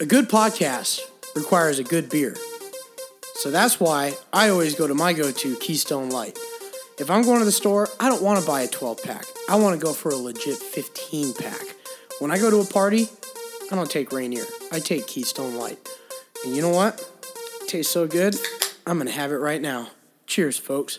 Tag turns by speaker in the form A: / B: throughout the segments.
A: A good podcast requires a good beer. So that's why I always go to my go to Keystone Light. If I'm going to the store, I don't want to buy a 12 pack. I want to go for a legit 15 pack. When I go to a party, I don't take Rainier. I take Keystone Light. And you know what? It tastes so good. I'm going to have it right now. Cheers, folks.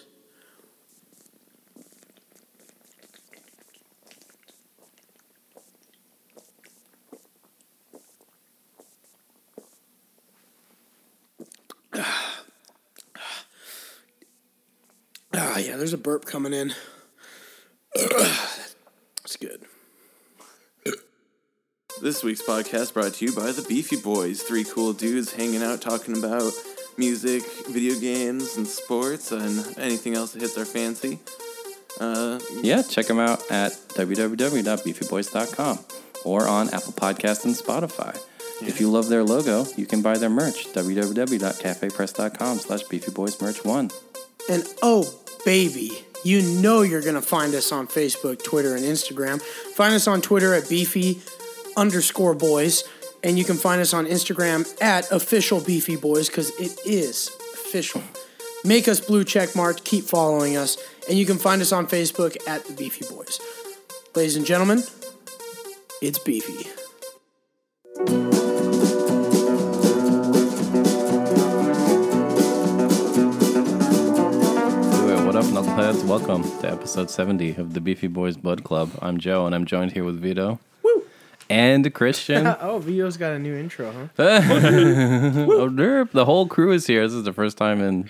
A: Ah, yeah, there's a burp coming in. That's good.
B: This week's podcast brought to you by the Beefy Boys, three cool dudes hanging out talking about music, video games, and sports, and anything else that hits our fancy. Uh,
C: Yeah, check them out at www.beefyboys.com or on Apple Podcasts and Spotify. If you love their logo, you can buy their merch, www.cafepress.com slash beefyboysmerch1.
A: And oh, baby, you know you're going to find us on Facebook, Twitter, and Instagram. Find us on Twitter at beefy underscore boys. And you can find us on Instagram at official beefy boys because it is official. Make us blue check marked. Keep following us. And you can find us on Facebook at the beefy boys. Ladies and gentlemen, it's beefy.
C: Anyway, what up, knuckleheads? Welcome to episode 70 of the Beefy Boys Blood Club. I'm Joe, and I'm joined here with Vito. Woo! And Christian.
D: Oh, Vito's got a new intro, huh?
C: oh, derp. The whole crew is here. This is the first time in,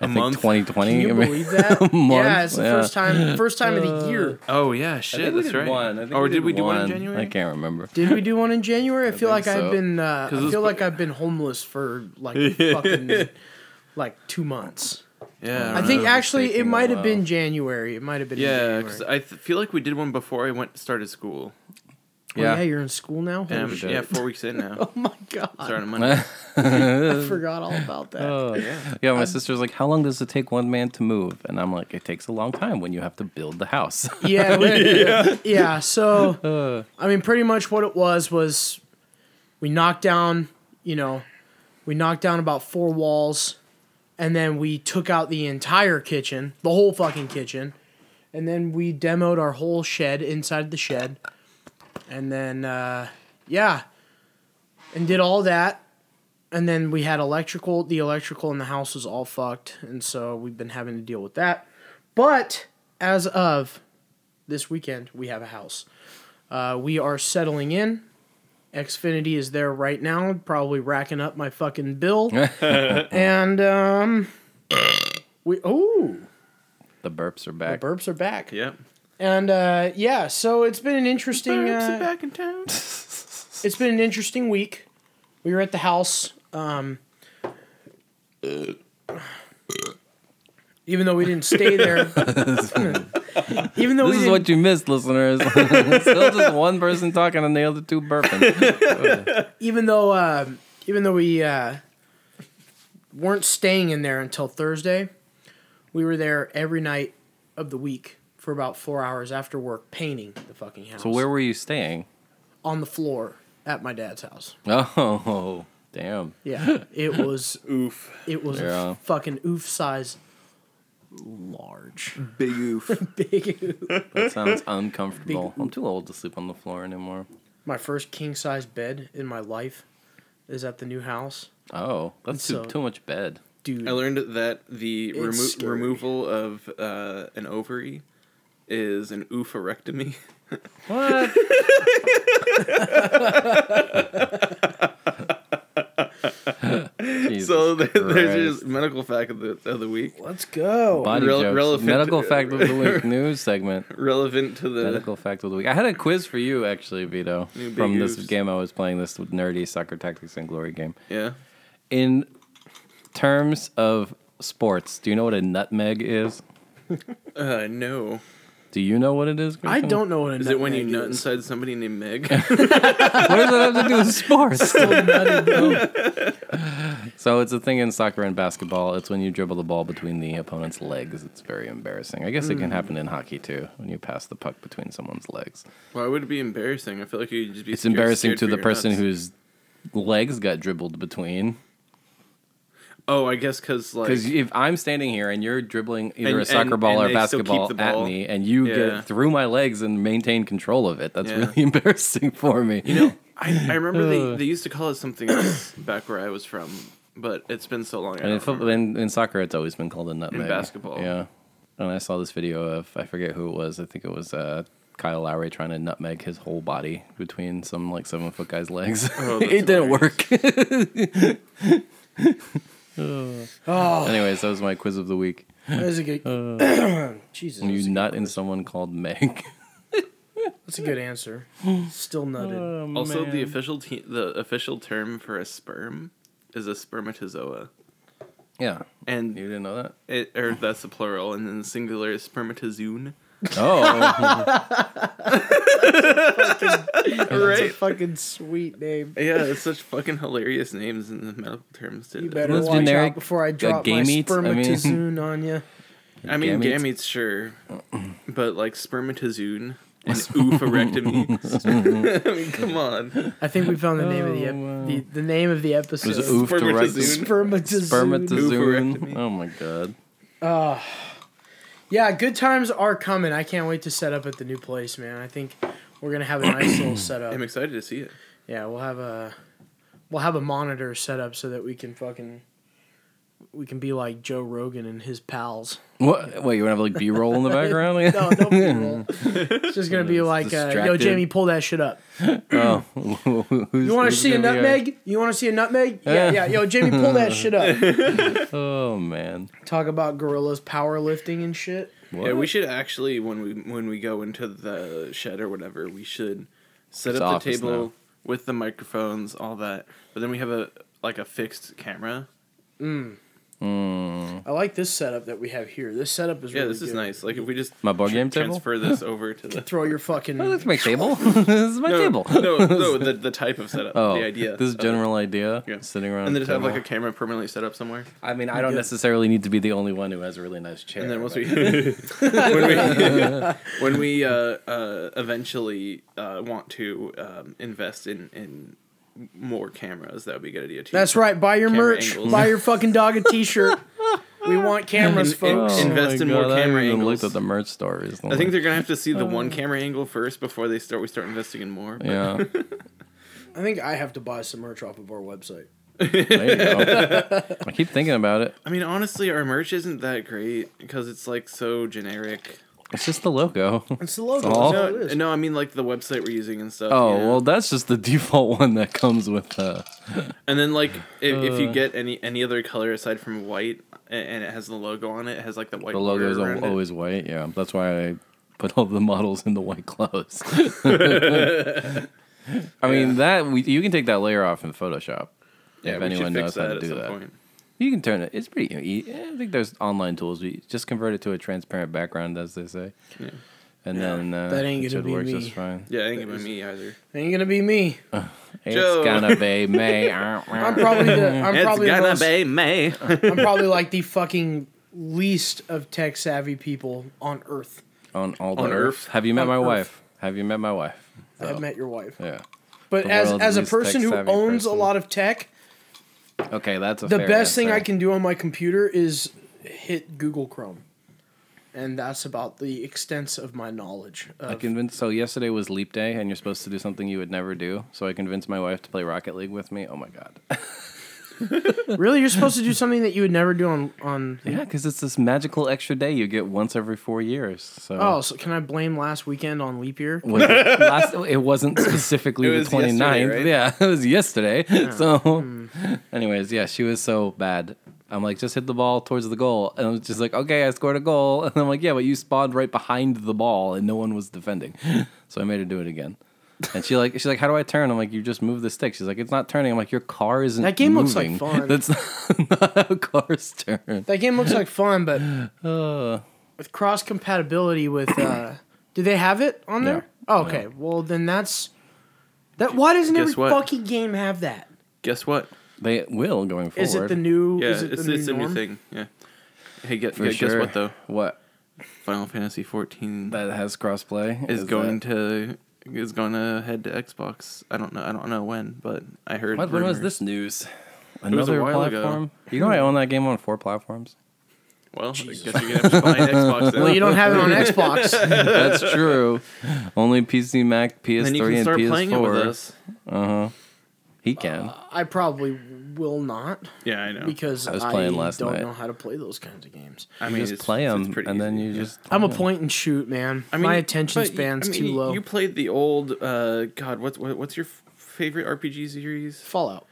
C: I think,
B: month?
C: 2020.
D: Can you
C: I mean-
D: believe that?
C: month,
D: yeah, it's the
C: yeah.
D: first time, first time of the year.
B: Oh yeah, shit,
C: I think we
B: that's
C: did
B: right.
C: one. I think
B: or did we do
C: one.
B: in January?
C: I can't remember.
D: Did we do one in January? I, feel like
C: so.
D: I've been, uh, I
B: it's-
D: feel like I've been homeless for like fucking like two months.
B: Yeah,
D: I, think
B: know.
D: actually it
C: taking a
D: might have
C: while.
D: been January. It might have been in
B: Yeah,
D: January.
B: because I th- feel like we did one before I went started school.
D: Oh, yeah. you're in school now. Holy
B: And I'm-
D: shit.
B: yeah, four weeks in now.
D: Oh my god,
B: Starting Monday.
D: I forgot all about that.
C: Oh, yeah. my sister's like, "How long does it take one man to move?" And I'm like, "It takes a long time when you have to build the house."
D: yeah, we- yeah, So, I mean, pretty much what it was was we knocked down, you know, we knocked down about four walls, and then we took out the entire kitchen, the whole fucking kitchen, and then we demoed our whole shed inside the shed, and then uh, yeah, and did all that. And then we had electrical. The electrical in the house was all fucked, and so we've been having to deal with that. But as of this weekend, we have a house. Uh, we are settling in. Xfinity is there right now, probably racking up my fucking bill. and um, we oh,
C: the burps are
D: the
C: back.
D: burps are back.
B: yep.
D: And uh, yeah, so it's been an interesting.
B: Burps are
D: Uh,
B: back in town.
D: it's been an interesting week. We were at the house. Um, even though we didn't stay there, even though we
C: this is
D: didn't
C: what you missed, listeners. Still just one person talking and the other two burping.
D: even though uh, even though we uh, weren't staying in there until Thursday, we were there every night of the week for about four hours after work painting the fucking house.
C: So where were you staying?
D: on the floor at my dad's house.
C: Oh, damn.
D: Yeah, it was
B: Oof,
D: it was
C: Yeah.
D: a fucking oof size large
B: big oof.
D: big oof.
C: That sounds uncomfortable. I'm too old to sleep on the floor anymore.
D: My first king size bed in my life is at the new house,
C: Oh, that's too,
D: So-
C: too much bed.
D: dude.
B: I learned that the remo-
D: scary.
B: removal of uh, an ovary is an oophorectomy.
C: What? Jesus
B: so there,
C: Christ.
B: there's just medical fact of the, of the week,
D: Let's go.
C: Body
B: Rel-
C: jokes.
B: relevant-
C: Medical fact of the week news segment.
B: relevant to the
C: Medical fact of the week. I had a quiz for you actually, Vito,
B: New big
C: from this
B: oops.
C: game I was playing, this nerdy soccer tactics and glory game.
B: yeah.
C: In terms of sports, do you know what a nutmeg is?
B: Uh, no.
C: Do you know what it is?
D: I
C: Christian?
D: don't know what a
B: Is it when you nut
D: nutmeg is.
B: inside somebody named Meg?
C: What does that have to do with sports?
D: Nutty, bro.
C: so it's a thing in soccer and basketball. It's when you dribble the ball between the opponent's legs. It's very embarrassing. I guess it can
D: Mm.
C: happen in hockey too, when you pass the puck between someone's legs.
B: Why would it be embarrassing? I feel like you'd just be.
C: It's embarrassing to the person who's legs got dribbled between.
B: Oh, I guess because like
C: Because if I'm standing here and you're dribbling either
B: And-
C: a soccer
B: and-
C: ball
B: and
C: or a
B: they still keep
C: basketball,
B: the ball.
C: at me, and you
B: Yeah.
C: get through my legs and maintain control of it, that's
B: Yeah.
C: really embarrassing for me.
B: you know, I, I remember they, they used to call it something else back where I was from, but it's been so long. I
C: And in,
B: don't
C: football,
B: remember.
C: in, in soccer, it's always been called a nutmeg.
B: basketball.
C: yeah. And I saw this video of I forget who it was. I think it was uh, Kyle Lowry trying to nutmeg his whole body between some like seven foot guy's legs.
B: Oh, that's
C: it didn't work.
D: Oh,
C: Anyways, that was my quiz of the week.
D: that is a good. Jesus,
C: Uh, You
D: that's a,
C: nut in someone called Meg.
D: that's a good answer. Still
C: Uh,
D: nutted.
B: also, the
C: man.
B: official te- the official term for a sperm is a spermatozoa,
C: yeah.
B: and
C: You didn't know that?
B: it or that's the plural, and then the singular is spermatozoon.
C: Oh,
D: That's a
B: Right?
D: fucking sweet name.
B: yeah, it's such fucking hilarious names in the medical terms too.
D: You better
C: Those
D: watch
C: generic,
D: out before I
C: uh,
D: drop my
C: gametes, I mean-
D: spermatozoon on you.
B: I mean,
C: Gametes?
B: gametes, sure, but like spermatozoon and oophorectomy. I mean, come on.
D: I think we found the name of the, ep-
C: Oh, wow.
D: the the name of the episode.
C: was oof to right-
B: Spermatozoon.
D: Spermatozoon.
C: spermatozoon.
B: Oophorectomy.
C: Oh my god.
D: Yeah, good times are coming. I can't wait to set up at the new place, man. I think we're gonna have a nice little setup.
B: I'm excited to see it.
D: Yeah, we'll have a we'll have a monitor set up so that we can fucking we can be like Joe Rogan and his pals.
C: What? Wait, you want to have like B roll in the background?
D: No, no people. it's just gonna be like, uh, yo,
C: Distracted.
D: Jamie, pull that shit up.
C: Oh, Who's-
D: You want to
C: who's
D: see a
C: gonna be our-
D: nutmeg? You want to see a nutmeg? Yeah, yeah.
C: Yeah.
D: Yo, Jamie, pull that shit up.
C: Oh man.
D: Talk about gorillas powerlifting and shit.
B: Yeah,
C: What?
B: we should actually when we when we go into the shed or whatever, we should set
C: It's
B: up the
C: office
B: table
C: now.
B: with the microphones, all that. But then we have a like a fixed camera.
C: Mm.
D: I like this setup that we have here. This setup is
B: Yeah,
D: really
B: this is
D: good.
B: nice. Like if we just
C: My board
B: tr-
C: game table?
B: transfer this over to the
D: Throw your fucking.
C: Oh, that's my table. this is my
B: no,
C: table.
B: no, no, the the type of setup,
C: Oh,
B: the idea.
C: This is
B: of it.
C: general idea.
B: Yeah.
C: Sitting around.
B: And
C: the
B: then just have like a
C: table.
B: camera permanently set up somewhere.
C: I mean, I don't necessarily need to be the only one who has a really nice chair.
B: And then once
C: but-
B: we when we when we uh, uh, eventually uh, want to um, invest in in more cameras, that would be a good idea too.
D: That's right. Buy your
B: Camera
D: merch.
B: angles.
D: Buy your fucking dog a T-shirt. we want cameras,
B: In- in-
D: folks.
B: in- invest
C: Oh my
B: more
C: God, I haven't
B: camera
C: even
B: angles.
C: looked at the merch store
B: I think they're gonna have to see the
D: Uh.
B: one camera angle first before they start. We start investing in more. but-
C: Yeah.
D: I think I have to buy some merch off of our website.
C: There you go. I keep thinking about it.
B: I mean, honestly, our merch isn't that great because it's like so generic.
C: It's just the logo.
D: It's the logo.
C: all-
D: That's all
B: No,
D: Oh, it is.
B: no, I mean like the website we're using and stuff.
C: Oh
B: you know?
C: well, that's just the default one that comes with. Uh,
B: and then like if, if
D: Uh.
B: you get any any other color aside from white, a- and it has the logo on it, it has like the white.
C: the logo is
B: border around
C: al-
B: it.
C: always white. Yeah, that's why I put all the models in the white clothes. I mean that we, you can take that layer off in Photoshop.
B: Yeah,
C: if
B: we should
C: anyone
B: fix
C: knows how
B: that
C: to
B: at
C: do
B: some
C: that.
B: point.
C: You can turn it. It's pretty. e- I think there's online tools. You just convert it to a transparent background, as they say. And then uh,
D: That ain't gonna
C: it should
D: be
C: work
D: me.
C: just fine.
B: Yeah, ain't gonna be me either.
D: Ain't gonna be me.
C: It's
B: Joe.
C: gonna be me.
D: I'm probably the. I'm probably the most-
B: May.
D: I'm probably like the fucking least of tech savvy people on earth.
C: on all the
B: On
C: earth.
B: Earth.
C: Have you met
D: On
C: my
D: Earth.
C: wife? Have you met my wife?
D: I have met your wife,
C: Yeah.
D: but
C: The
D: as
C: world's
D: as a
C: least
D: person who
C: tech-savvy
D: owns a
C: person.
D: lot of tech,
C: Okay, that's a
D: the
C: fair
D: best thing
C: answer.
D: I can do on my computer is hit Google Chrome, and that's about the extent of my knowledge. Of,
C: I convinced. So yesterday was leap day, and you're supposed to do something you would never do. So I convinced my wife to play Rocket League with me. Oh my god!
D: Really, you're supposed to do something that you would never do on on.
C: yeah, because it's this magical extra day you get once every four years. So
D: Oh, so can I blame last weekend on leap year?
C: Was it, last, it wasn't specifically
B: It
C: the
B: was
C: 29th.
B: yesterday, right?
C: Yeah, it was yesterday. So,
D: Hmm.
C: anyways, yeah, she was so bad. I'm like, just hit the ball towards the goal. And I was just like, okay, I scored a goal. And I'm like, yeah, but you spawned right behind the ball and no one was defending. So I made her do it again. And she like she's like, how do I turn? I'm like, you just move the stick. She's like, it's not turning. I'm like, your car isn't.
D: That game looks like
C: moving."
D: fun.
C: That's not, how cars turn.
D: That game looks like fun, but
C: Uh,
D: with cross compatibility with uh do they have it on
C: No.
D: there? Oh, okay. Well, then that's that why doesn't
B: Guess
D: every
B: what?
D: fucking game have that?
B: Guess what?
C: they will going forward.
D: Is it the new
B: Yeah,
D: is it
B: it's
D: the
B: it's
D: new
B: a new
D: norm?
B: thing. Yeah. Hey, get,
C: For
B: get- guess
C: sure.
B: what though?
C: What
B: Final Fantasy 14
C: that has crossplay
B: is
C: that-
B: going to is going to head to Xbox. I don't know. I don't know when, but I heard.
C: What, when was
B: rumors.
C: this news?
B: was a
C: Another
B: while ago.
C: platform. You know I own that game on four platforms.
B: Well, I guess you're gonna have to buy an Xbox. Then.
D: Well, you don't have it on Xbox.
C: That's true. Only PC, Mac, PS3,
B: then you can start
C: and
B: playing it with
C: PS4.
B: us.
C: He can.
D: I probably will not
B: Yeah, I know.
D: because I,
C: was playing last
D: don't
C: night.
D: know how to play those kinds of games.
B: I mean,
C: just play them, and then you just.
D: I'm a point and shoot man. My attention span's too low.
B: You played the old uh, God. What's what, what's your f- favorite RPG series?
D: Fallout,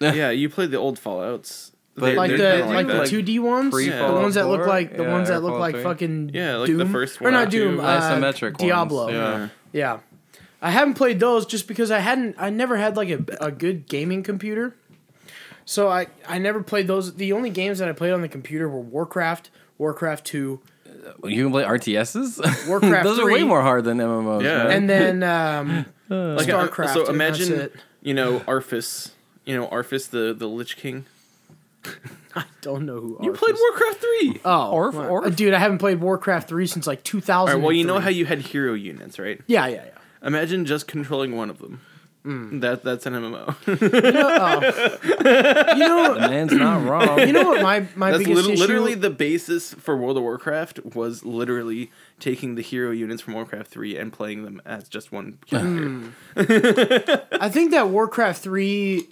B: yeah, you played the old Fallout's. They're-
D: like
B: they're
D: the
B: kinda
D: like the
B: that.
D: two D ones,
C: pre-
D: the
B: Yeah.
D: ones that look
C: Fallout
D: like the
C: four?
D: ones
C: Yeah,
D: that look
C: Fallout
D: like
C: three.
D: fucking
B: Yeah, like the
D: Doom.
B: first
D: or
B: one
D: not
B: or
D: Doom,
B: two.
D: uh,
C: Isometric ones,
D: Diablo.
B: Yeah.
D: Yeah. I haven't played those just because I hadn't I never had like a, a good gaming computer. So I I never played those. The only games that I played on the computer were Warcraft, Warcraft 2,
C: You can play RTSs.
D: Warcraft
C: Those are
D: 3.
C: way more hard than MMOs.
B: Yeah.
C: right?
D: and then um
B: Like, uh,
D: StarCraft,
B: So
D: and that's
B: imagine,
D: it.
B: you know, Arfis. You know, Arfis the the Lich King.
D: I don't know who
B: You played Warcraft three.
D: Oh,
C: Orf-
D: well,
C: Orf?
D: dude, I haven't played Warcraft 3 since like 2000.
B: All right. Well, you know how you had hero units, right?
D: Yeah, yeah, yeah.
B: Imagine just controlling one of them. That that's an MMO.
D: You know,
C: The man's not wrong.
D: you know what my my
B: that's
D: biggest
B: lit-
D: issue
B: literally the basis for World of Warcraft was literally taking the hero units from Warcraft three and playing them as just one character.
D: I think that Warcraft 3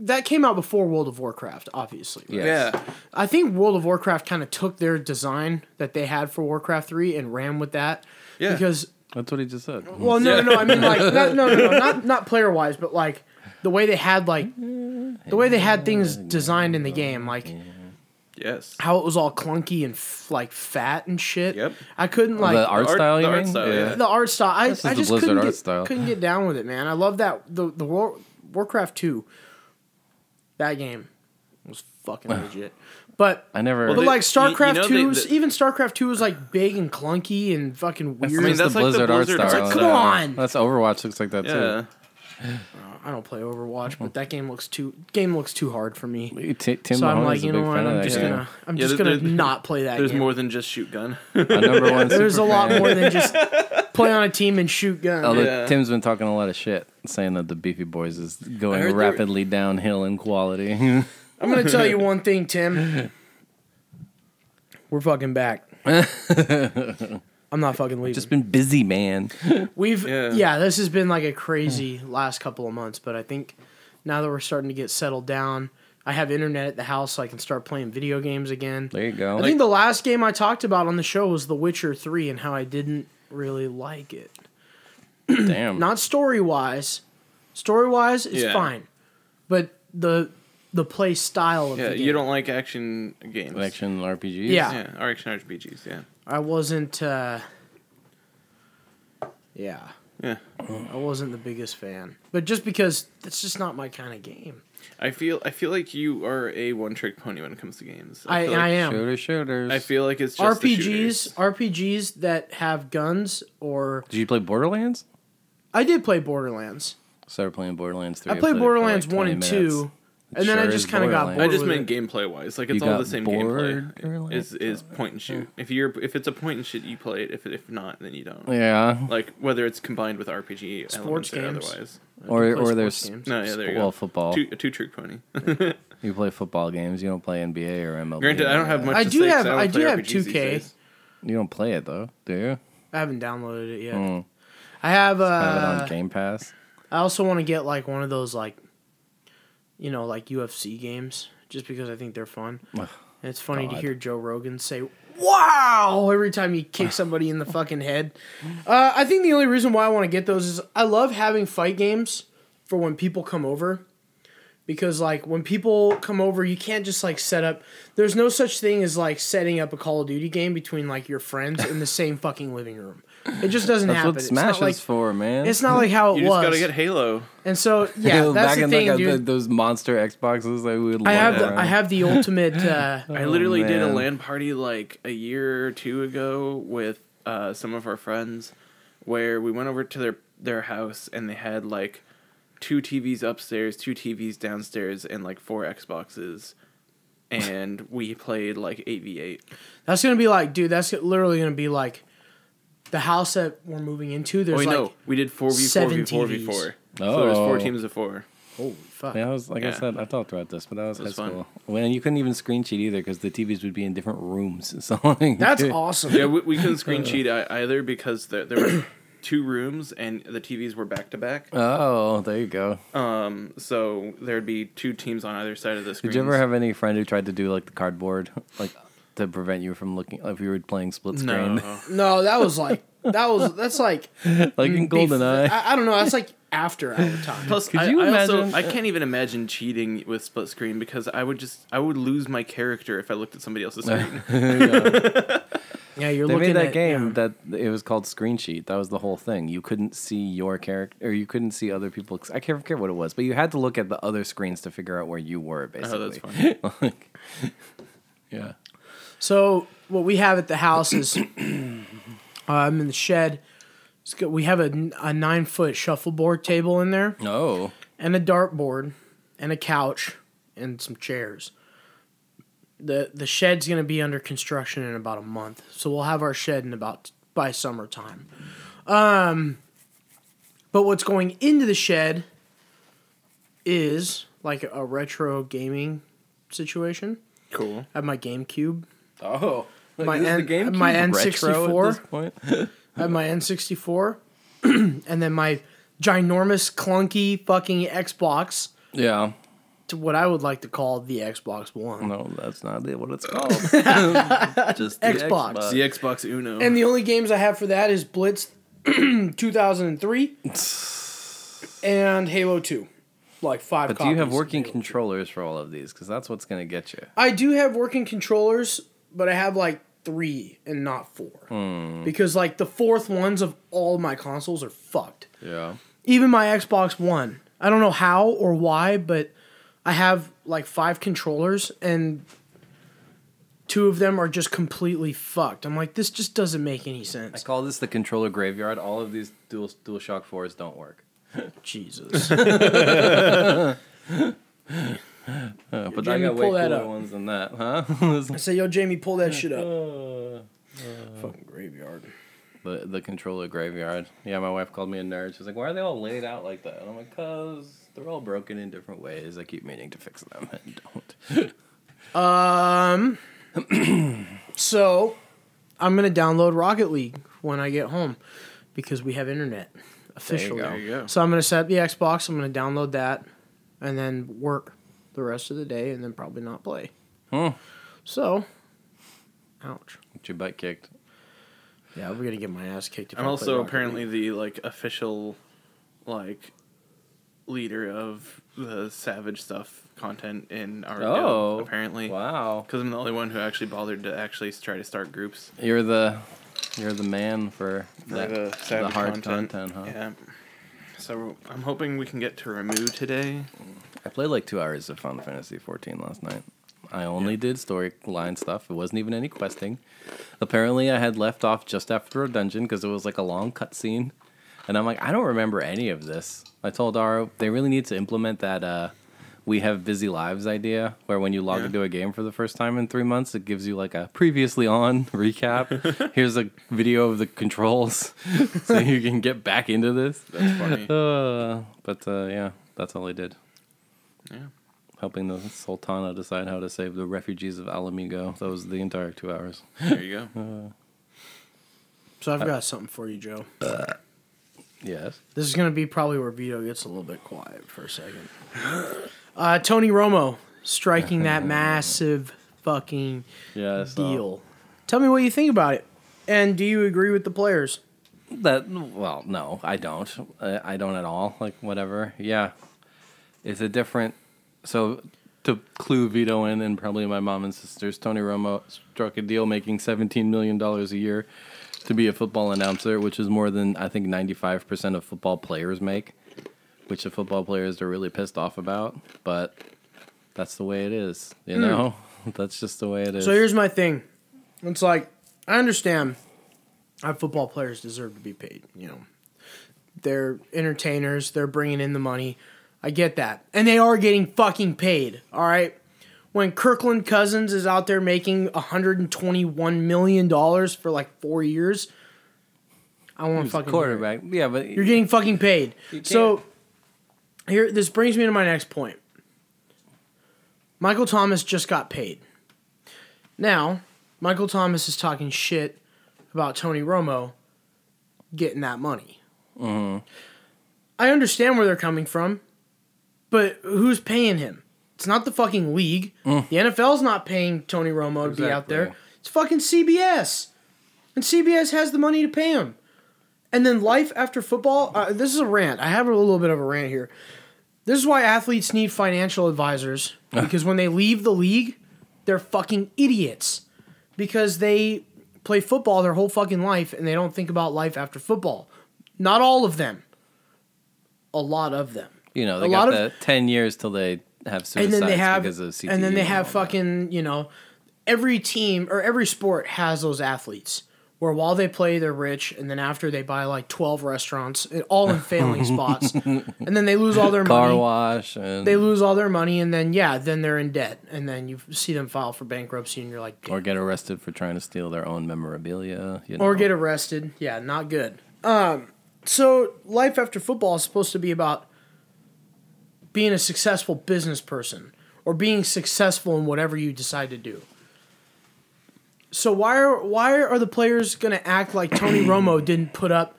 D: that came out before World of Warcraft, obviously. right?
C: Yes.
B: Yeah.
D: I think World of Warcraft kind of took their design that they had for Warcraft 3 and ran with that.
B: Yeah.
D: Because
C: That's what he just said.
D: well, no, no, no. I mean, like, not, no, no, no, not not player wise, but like the way they had like the way they had things designed in the game, like
B: Yes.
D: how it was all clunky and f- like fat and shit.
B: Yep.
D: I couldn't like
C: Oh, the art
B: art-
C: style, you
B: the art
C: mean?
B: style, yeah.
D: the art style. I,
C: is
D: I
C: the
D: just
C: Blizzard
D: couldn't,
C: art
D: get,
C: style.
D: couldn't get down with it, man. I love that the the War, Warcraft two. That game was fucking legit, but
C: I never.
D: but
B: they-
D: like
B: you- you
D: StarCraft
B: know
D: two,
B: they-
D: 's-
B: they-
D: even StarCraft two was like big and clunky and fucking
C: That's
D: weird.
B: mean, that's
C: just the
B: like the
C: Blizzard
B: Blizzard
C: art
B: art
C: style.
B: style.
D: Come on!
C: That's Overwatch looks like that
B: Yeah.
D: I don't play Overwatch,
B: Oh.
D: but that game looks too game looks too hard for me.
C: too. T- Tim
D: So I'm like,
C: Mahoney's a
D: you
C: big
D: know what?
C: fan of
D: I'm
C: that
D: just
C: game.
D: gonna I'm
B: Yeah,
D: just
B: there-
D: gonna
B: there-
D: not play that
B: There's
D: game.
B: more than just shoot gun.
C: My number one.
D: There's
C: super
D: a lot
C: fan.
D: more than just play on a team and shoot guns.
C: Although
B: Yeah.
C: Tim's been talking a lot of shit, saying that the Beefy Boys is
B: heard
C: going
B: they're-
C: rapidly downhill in quality.
D: I'm gonna tell you one thing, Tim. We're fucking back. I'm not fucking leaving.
C: just been busy, man.
D: We've yeah.
B: Yeah.
D: this has been like a crazy last couple of months, but I think now that we're starting to get settled down, I have internet at the house, so I can start playing video games again.
C: There you go.
D: I think the last game I talked about on the show was The Witcher Three and how I didn't really like it.
C: Damn.
D: Not story wise. Story wise, it's
B: Yeah.
D: fine, but the the play style of
B: Yeah.
D: the game.
B: You don't like action games.
C: action RPGs.
D: Yeah.
B: Yeah. Or action RPGs. Yeah.
D: I wasn't. Uh, yeah,
B: Yeah.
D: I wasn't the biggest fan, but just because that's just not my kind of game.
B: I feel I feel like you are a one trick pony when it comes to games.
D: I
B: feel
D: I
B: like,
D: am
C: Shooter shooters.
B: I feel like it's just the shooters.
D: RPGs RPGs that have guns or
C: Did you play Borderlands?
D: I did play Borderlands.
C: Started playing Borderlands three.
D: I played
C: it for like
D: Borderlands one
C: 20
D: and
C: minutes.
D: two, and then I
C: sure
D: just
C: is
D: kind of got
C: Borderlands.
D: bored.
B: I just
D: with
B: meant
D: it.
B: gameplay wise. Like it's
C: You
B: all
C: got
B: the same
C: bored
B: gameplay.
C: early?
B: Is is point
D: Oh.
B: and shoot. If you're if it's a point and shoot, you play it. If if not, then you don't.
C: Yeah.
B: Like whether it's combined with RPG
D: Sports
B: elements or
D: games.
B: otherwise.
C: Or
D: play
C: or
D: sports
C: there's
D: games.
B: No, yeah, there you
C: well
B: go.
C: football.
B: Two, a two trick pony.
C: You play football games. You don't play NBA or MLB.
B: Granted, I don't have much.
D: I
B: to
D: do
B: say 'cause
D: have-
B: don't
D: I
B: play
D: do have
B: RPGs these
D: 2K.
B: days.
C: You don't play it though, do you?
D: I haven't downloaded it yet.
B: Hmm.
D: I have. Uh,
C: Have it on Game Pass.
D: I also want to get like one of those like, you know, like UFC games, just because I think they're fun. and it's funny to
C: God.
D: hear Joe Rogan say "Wow" every time you kick somebody in the fucking head. Uh, I think the only reason why I want to get those is I love having fight games for when people come over. Because like when people come over, you can't just like set up. There's no such thing as like setting up a Call of Duty game between like your friends in the same fucking living room. It just doesn't
C: That's
D: happen.
C: what
D: It's
C: Smash
D: not like
C: is for, man.
D: it's not like how it
B: You
D: was.
B: just gotta get Halo.
D: And so yeah, that's
C: back
D: the
C: in
D: thing,
C: like a,
D: dude.
C: those monster Xboxes that we would.
D: I have
C: lug
D: the, I
C: around.
D: have the ultimate. Uh,
B: I literally did a
C: Oh, man.
B: land party like a year or two ago with uh, some of our friends, where we went over to their their house and they had like two TVs upstairs, two TVs downstairs, and like four Xboxes, and we played like eight v eight.
D: that's gonna be like, dude. That's literally gonna be like. the house that we're moving into,
B: Oh,
D: there's
B: wait,
D: like
B: no. We did 4v4
D: seven
B: before
D: TVs.
B: before. So there's four
C: Oh.
B: teams of four.
D: holy fuck.
C: Yeah, I was like I
B: Yeah.
C: said, I talked about this, but that was,
B: was
C: high
B: fun.
C: school. When you couldn't even screen sheet either because the TVs would be in different rooms. So like,
D: That's awesome.
B: Yeah, we, we couldn't screen cheat ei- either because there, there were two rooms and the TVs were back to back.
C: Oh, there you go.
B: Um, So there'd be two teams on either side of the screen.
C: Did you ever have any friend who tried to do like the cardboard, like to prevent you from looking if you were playing split screen,
B: No.
D: No, that was like that was that's like
C: like
D: Mm,
C: in GoldenEye?
D: I, I don't know. That's like after our time.
B: Plus,
C: Could
B: I,
C: you
B: I also
C: imagine-
B: I can't even imagine cheating with split screen because I would just I would lose my character if I looked at somebody else's screen.
D: Yeah, you're
C: They
D: looking
C: made that
D: at
C: game that it was called Screen Sheet. That was the whole thing. You couldn't see your character, or you couldn't see other people. I can't care what it was, but you had to look at the other screens to figure out where you were. Basically,
B: Oh, that's
C: Like, yeah.
D: So what we have at the house is uh, I'm in the shed. It's got- We have a, a nine foot shuffleboard table in there,
C: Oh,
D: and a dartboard, and a couch, and some chairs. the The shed's gonna be under construction in about a month, so we'll have our shed in about by summertime. Um, but what's going into the shed is like a retro gaming situation.
B: Cool.
D: I have my GameCube.
C: oh.
D: My is the N- GameCube my N64?
C: At this point?
D: I have my N64, and then my ginormous, clunky fucking Xbox,
C: yeah.
D: to what I would like to call the Xbox One.
C: No, that's not it- what it's called. Just the
D: Xbox.
B: The Xbox Uno.
D: And the only games I have for that is Blitz 2003 and Halo 2. Like five
C: But do you have
D: copies of
C: working
D: Halo.
C: controllers for all of these? Because that's what's going to get you.
D: I do have working controllers, but I have like three and not four.
C: Hmm.
D: Because like the fourth ones of all my consoles are fucked.
C: Yeah.
D: even my Xbox One. I don't know how or why, but I have like five controllers and two of them are just completely fucked. I'm like, this just doesn't make any
C: I
D: sense.
C: call this the controller graveyard. All of these dual DualShock 4s don't work.
D: Jesus.
C: Uh, but I
D: Jamie,
C: got way
D: pull
C: cooler
D: that up.
C: ones than that, huh?
D: I say, yo, Jamie, pull that shit up. Fucking graveyard.
C: the the controller graveyard. Yeah, my wife called me a nerd. She was like, "Why are they all laid out like that?" And I'm like, "Cause they're all broken in different ways. I keep meaning to fix them and don't."
D: Um. so, I'm gonna download Rocket League when I get home because we have internet officially.
C: go.
B: there you go.
D: So I'm gonna set up the Xbox. I'm gonna download that, and then work the rest of the day, and then probably not play.
C: Hmm.
D: So, ouch.
C: Get your butt kicked.
D: Yeah, we're gonna get my ass kicked. If I
B: I'm
D: play
B: also
D: Rocket
B: apparently
D: League.
B: the like official like leader of the Savage Stuff content in our guild,
C: Oh.
B: apparently.
C: Wow,
B: Because I'm the only one who actually bothered to actually try to start groups.
C: you're the you're the man for
B: for
C: that,
B: the,
C: the
B: uh, Savage
C: hard content,
B: content.
C: huh?
B: Yeah. So I'm hoping we can get to Ramu today.
C: I played like two hours of Final Fantasy 14 last night. I only did storyline stuff. It wasn't even any questing. Apparently, I had left off just after a dungeon because it was like a long cutscene, and I'm like, I don't remember any of this. I told Aro they really need to implement that. Uh, we have busy lives idea where when you log
B: Yeah.
C: into a game for the first time in three months, it gives you like a previously on recap. Here's a video of the controls so you can get back into this.
B: That's funny.
C: Uh, but uh, yeah, that's all I did.
B: Yeah.
C: Helping the Sultana decide how to save the refugees of Alamigo. That was the entire two hours.
B: there you go.
D: So I've got something for you, Joe.
C: Yes.
D: This is gonna be probably where Vito gets a little bit quiet for a second. Uh, Tony Romo striking that massive fucking
C: Yes. uh,
D: deal. Tell me what you think about it, and do you agree with the players?
C: That well, no, I don't. I, I don't at all. Like whatever. Yeah, it's a different. So to clue Vito in and probably my mom and sisters, Tony Romo struck a deal making seventeen million dollars a year to be a football announcer, which is more than I think ninety five percent of football players make. Which the football players are really pissed off about, but that's the way it is. You know, that's just the way it is.
D: Hmm. So here's my thing. It's like I understand how football players deserve to be paid. You know, they're entertainers. They're bringing in the money. I get that, and they are getting fucking paid. All right. When Kirkland Cousins is out there making 121 million dollars for like four years, I want to
C: Who's the
D: fucking hear it.
C: quarterback? Yeah, but
D: You're getting fucking paid.
C: can't-
D: So here this brings me to my next point. Michael Thomas just got paid. Now, Michael Thomas is talking shit about Tony Romo getting that money. I understand where they're coming from, but who's paying him? It's not the fucking league. The NFL's not paying Tony Romo to be out
C: Exactly.
D: there. It's fucking CBS. And CBS has the money to pay him. And then life after football, uh, this is a rant. I have a little bit of a rant here. This is why athletes need financial advisors because when they leave the league, they're fucking idiots because they play football their whole fucking life and they don't think about life after football. Not all of them. A lot of them.
C: you know they
D: a
C: got
D: lot
C: the
D: of-
C: ten years till they have suicides
D: And then they have
C: because of CTE
D: and then they
C: all
D: have
C: that.
D: fucking, you know, every team or every sport has those athletes where while they play they're rich and then after they buy like 12 restaurants and all in failing spots and then they lose all their
C: car
D: money.
C: wash and
D: They lose all their money and then yeah, then they're in debt and then you see them file for bankruptcy and you're like
C: or get arrested for trying to steal their own memorabilia. You know.
D: or get arrested. Yeah, not good. Um, so life after football is supposed to be about being a successful business person or being successful in whatever you decide to do. So why are why are the players going to act like Tony Romo didn't put up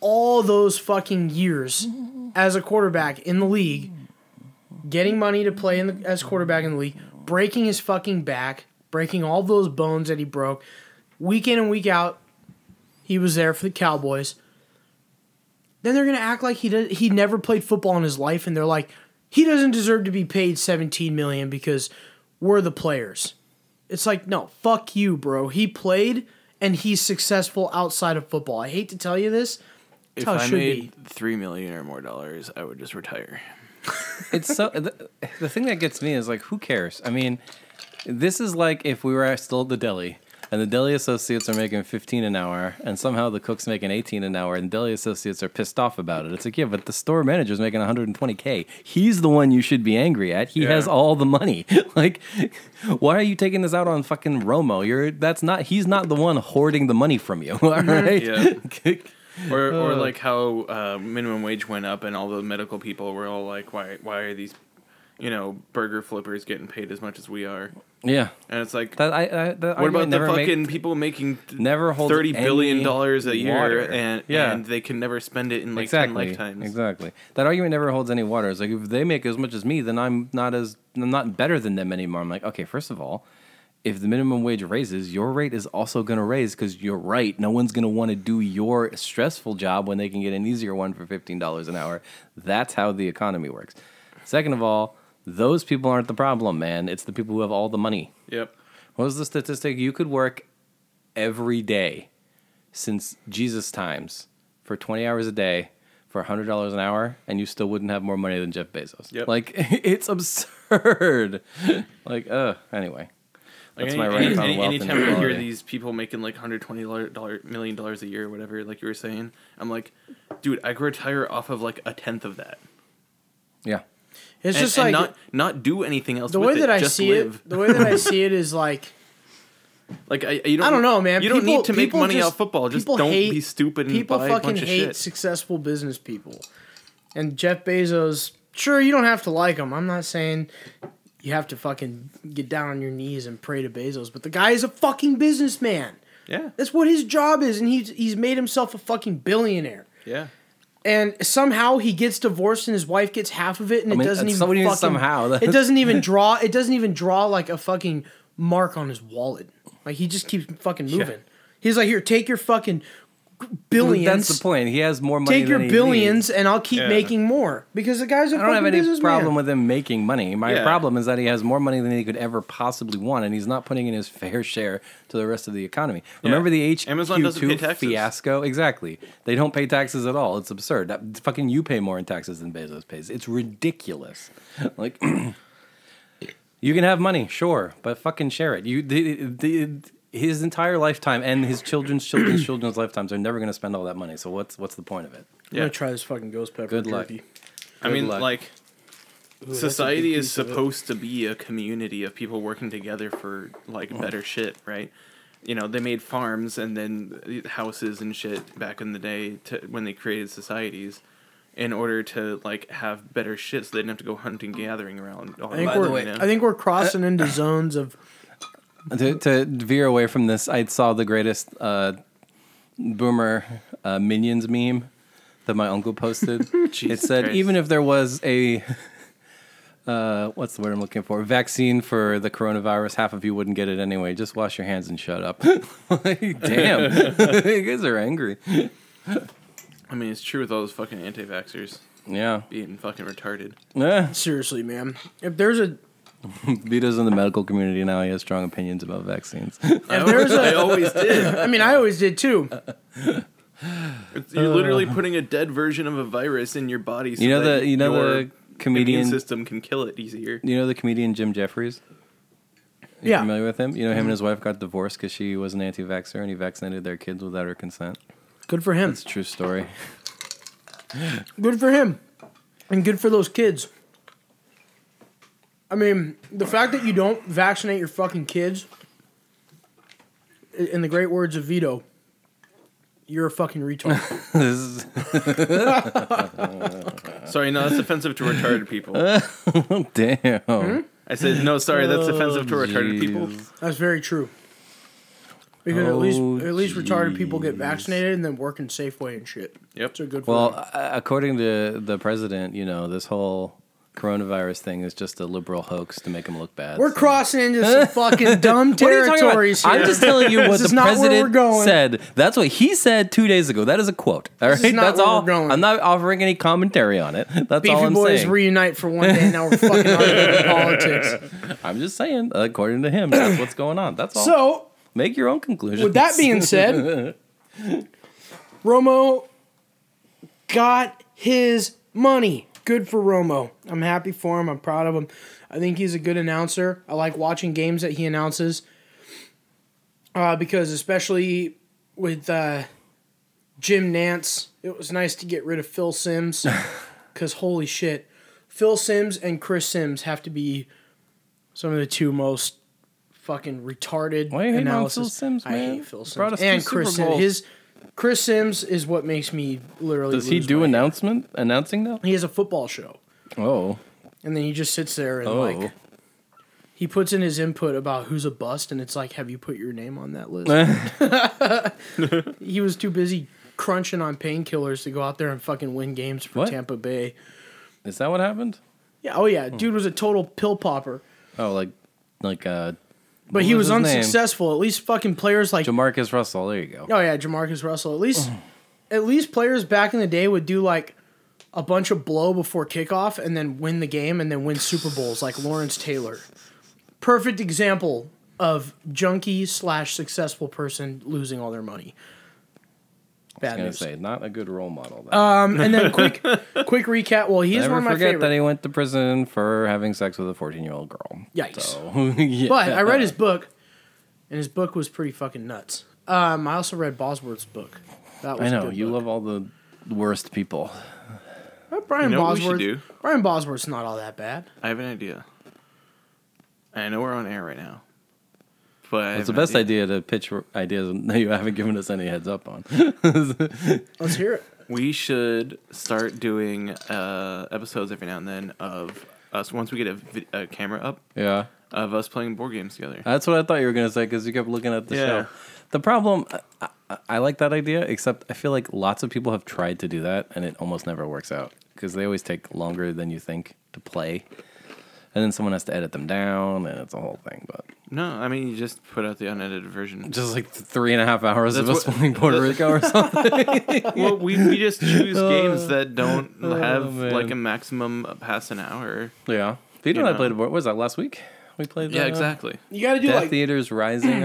D: all those fucking years as a quarterback in the league, getting money to play in the, as quarterback in the league, breaking his fucking back, breaking all those bones that he broke, week in and week out, he was there for the Cowboys. Then they're gonna act like he did, he never played football in his life, and they're like, he doesn't deserve to be paid seventeen million because we're the players. It's like, no, fuck you, bro. He played and he's successful outside of football. I hate to tell you this.
B: If
C: Oh,
D: how it
B: I
D: should
B: made three million or more dollars, I would just retire.
C: it's so the, the thing that gets me is like who cares i mean this is like if we were still at the deli and the deli associates are making 15 an hour and somehow the cook's making 18 an hour and deli associates are pissed off about it it's like yeah but the store manager's making 120k he's the one you should be angry at he has all the money like why are you taking this out on fucking romo you're that's not he's not the one hoarding the money from you all right
B: Mm-hmm. Yeah. Or, or like how uh, minimum wage went up and all the medical people were all like, why why are these, you know, burger flippers getting paid as much as we are?
C: yeah
B: And it's like,
C: that, I, I, that
B: what about
C: argument
B: the
C: never make-
B: fucking people making th-
C: never holds
B: thirty billion
C: any
B: dollars a year
C: water.
B: and
C: Yeah.
B: and they can never spend it in like
C: exactly
B: ten lifetimes?
C: exactly that argument never holds any water it's like if they make as much as me then i'm not as i'm not better than them anymore i'm like okay first of all if the minimum wage raises your rate is also going to raise because you're right no one's going to want to do your stressful job when they can get an easier one for $15 an hour that's how the economy works second of all those people aren't the problem man it's the people who have all the money
B: Yep.
C: what was the statistic? You could work every day since Jesus times for 20 hours a day for $100 an hour, and you still wouldn't have more money than Jeff Bezos.
B: Yep.
C: Like, it's absurd. like, uh, anyway.
B: Like,
C: That's
B: any,
C: my rant
B: any,
C: on
B: any-
C: wealth
B: Anytime I hear
C: inequality.
B: these people making like hundred twenty dollar million dollars a year, or whatever, like you were saying, I'm like, dude, I could retire off of like a tenth of that.
C: Yeah.
D: It's
B: and,
D: just like
B: and not not do anything else.
D: the
B: with
D: way that
B: it,
D: I
B: just
D: see
B: live.
D: it. The way that I see it is like
B: like I, you don't,
D: I don't know, man.
B: You don't
D: People-
B: need to make
D: people
B: money
D: just-
B: off football. Just
D: people
B: don't
D: hate-
B: be stupid and
D: people
B: buy a
D: fucking
B: bunch of
D: hate
B: shit.
D: successful business people and jeff bezos sure you don't have to like him i'm not saying you have to fucking get down on your knees and pray to bezos but the guy is a fucking businessman
B: yeah,
D: that's what his job is and he's, he's made himself a fucking billionaire
B: yeah.
D: and somehow he gets divorced and his wife gets half of it and
C: I mean,
D: it doesn't
C: it's
D: even
C: somebody who's
D: fucking,
C: somehow.
D: it doesn't even draw it doesn't even draw like a fucking mark on his wallet like he just keeps fucking moving he's like here take your fucking billions
C: That's the point. He has more money
D: take your
C: than he
D: billions
C: needs.
D: and I'll keep
B: Yeah.
D: making more because the guy's a
C: I don't have
D: fucking
C: any
D: businessman.
C: problem with him making money. My
B: Yeah.
C: problem is that he has more money than he could ever possibly want, and he's not putting in his fair share to the rest of the economy. Remember the HQ2
B: Amazon doesn't pay taxes.
C: fiasco? Exactly. They don't pay taxes at all. It's absurd. That, fucking you pay more in taxes than Bezos pays. It's ridiculous. like, you can have money, sure, but fucking share it. You the, the, his entire lifetime and his children's children's children's lifetimes are never going to spend all that money. So what's what's the point of it?
D: I'm
B: Yeah.
D: gonna try this fucking ghost pepper.
C: Good luck.
D: jerky.
B: I mean,
C: luck.
B: like
D: a
B: society
D: big
B: is
D: piece of it. Oh.
B: supposed to be a community of people working together for like better shit, right? you know, they made farms and then houses and shit back in the day to, when they created societies in order to like have better shit so they didn't have to go hunting gathering around all
D: I think
B: the
D: we're
B: you know?
D: I think we're crossing
C: Uh,
D: into zones of
C: to, to veer away from this, I saw the greatest uh, boomer uh, minions meme that my uncle posted. it
B: Jesus
C: said,
B: Christ.
C: even if there was a uh, what's the word I'm looking for? Vaccine for the coronavirus, half of you wouldn't get it anyway. Just wash your hands and shut up. Like, Damn, you guys are angry.
B: I mean, it's true with all those fucking anti-vaxxers
C: Yeah,
B: being fucking retarded.
C: Eh,
D: seriously, man. If there's a
C: Vito's in the medical community now. He has strong opinions about vaccines.
B: I
D: there's
B: always, I always did.
D: I mean, I always did too.
C: Uh,
B: It's- You're literally putting a dead version of a virus in your body. So
C: you know
B: that
C: the you know
B: your
C: the
B: immune
C: comedian.
B: system can kill it easier.
C: You know the comedian Jim Jeffries. You
D: Yeah. Mm-hmm.
C: familiar with him? You know him and his wife got divorced because she was an anti-vaxxer and he vaccinated their kids without her consent.
D: Good for him.
C: It's a true story.
D: Good for him. And good for those kids. I mean, the fact that you don't vaccinate your fucking kids, i- in the great words of Vito, you're a fucking retard.
C: this is,
B: Sorry, no, that's offensive to retarded people.
C: damn.
D: Hmm?
B: I said no. Sorry, that's offensive to retarded people.
C: Oh, Jeez.
D: That's very true. Because at least
C: Oh,
D: at least retarded people get
C: jeez.
D: vaccinated and then work in Safeway and shit.
B: Yep.
D: So good for
C: Well,
D: them.
C: uh, according to the president, you know this whole coronavirus thing is just a liberal hoax to make him look bad.
D: We're
C: So-
D: crossing into some fucking dumb
C: What are you talking about?
D: territories here.
C: I'm just telling you what
D: is
C: the
D: not where we're
C: president
D: going.
C: said. That's what he said two days ago. That is a quote. All right,
D: is not
C: that's
D: where
C: all.
D: we're going.
C: I'm not offering any commentary on it. That's all
D: Beefy
C: I'm
D: boys
C: saying.
D: reunite for one day. Now we're fucking arguing politics.
C: I'm just saying, according to him, that's what's going on. That's all.
D: So
C: Make your own conclusions.
D: With that being said, Romo got his money. Good for Romo. I'm happy for him. I'm proud of him. I think he's a good announcer. I like watching games that he announces uh, because, especially with uh, Jim Nance, it was nice to get rid of Phil Sims because, holy shit, Phil Sims and Chris Sims have to be some of the two most fucking retarded
C: Why you hating on Phil
D: analysis.
C: Sims,
D: I
C: man?
D: hate Phil Sims.
C: Brought us
D: and
C: two
D: Chris
C: Super
D: Sims.
C: Bowls.
D: His Chris Sims is what makes me literally.
C: does he
D: lose
C: do
D: my-
C: announcement announcing now?
D: He has a football show,
C: Oh,
D: and then he just sits there and
C: oh,
D: like he puts in his input about who's a bust, and it's like, have you put your name on that list? he was too busy crunching on painkillers to go out there and fucking win games for
C: What?
D: Tampa Bay.
C: is that what happened?
D: Yeah, oh yeah, dude was a total pill popper,
C: Oh, like, like uh,
D: but he
C: was
D: was,
C: his name?
D: unsuccessful. At least fucking players like
C: Jamarcus Russell. There you go.
D: Oh yeah, Jamarcus Russell. At least, at least players back in the day would do like a bunch of blow before kickoff and then win the game and then win Super Bowls like Lawrence Taylor. Perfect example of junkie slash successful person losing all their money.
C: I
D: Bad
C: was gonna
D: news.
C: say not a good role model. That.
D: Um, and then quick, quick recap. Well, he is one
C: Never
D: of my
C: forget that
D: favorite.
C: he went to prison for having sex with a 14 year old girl.
D: Yikes.
C: So, yeah.
D: But I read his book, and his book was pretty fucking nuts. Um, I also read Bosworth's book. That was
C: I
D: a
C: know
D: good
C: you
D: book.
C: love all the worst people.
D: Uh, Brian
B: You know what we should
D: Bosworth.
B: do?
D: Brian Bosworth's not all that bad.
B: I have an idea. I know we're on air right now, but I have
C: It's the
B: an
C: best idea to pitch ideas that you haven't given us any heads up on.
D: Let's hear it.
B: We should start doing uh, episodes every now and then of us once we get a, vi- a camera up
C: yeah.
B: of us playing board games together.
C: That's what I thought you were gonna say because you kept looking at the
B: Yeah.
C: show. The problem, I, I, I like that idea, except I feel like lots of people have tried to do that and it almost never works out because they always take longer than you think to play, and then someone has to edit them down, and it's a whole thing. But
B: No, I mean you just put out the unedited version.
C: just like th- three and a half hours of
B: That's
C: us
B: what-
C: playing Puerto Rico or something.
B: well, we, we just choose games that don't have
C: man.
B: like a maximum of past an hour.
C: yeah, Peter and I
B: know.
C: played. a board- What was that last week? We played.
B: Yeah,
C: uh,
B: exactly.
D: You gotta do
C: Death
D: like
C: Theater's Rising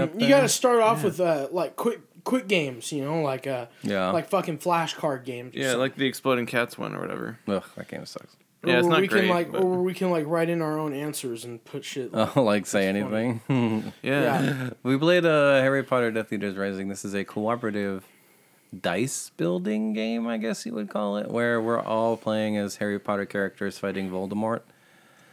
C: up there.
D: you gotta start off with uh like quick quick games, you know, like uh
C: Yeah.
D: like fucking flashcard games. or
B: Yeah,
D: something.
B: like the exploding cats one or whatever.
C: Ugh, that game sucks.
B: Yeah, it's
D: Or
B: not
D: we
B: great.
D: can like
B: but- Oh,
D: or we can like write in our own answers and put shit. Like,
C: I'll like say anything.
B: yeah.
D: yeah.
C: We played uh, Harry Potter Death Eaters Rising. This is a cooperative dice building game, I guess you would call it, where we're all playing as Harry Potter characters fighting Voldemort.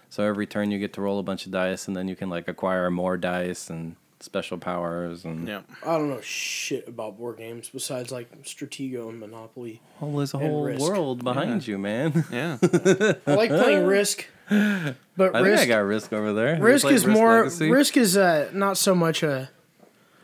C: So every turn you get to roll a bunch of dice and then you can like acquire more dice and special powers and
B: Yeah.
D: I don't know shit about board games besides like Stratego and Monopoly.
C: well, Oh, there's a
D: And
C: whole
D: Risk.
C: world behind you, man.
B: Yeah.
D: I like playing Risk, but
C: I think I
D: Risk
C: got Risk over there.
D: Risk
C: Like
D: is more
C: Legacy.
D: Risk is uh, not so much a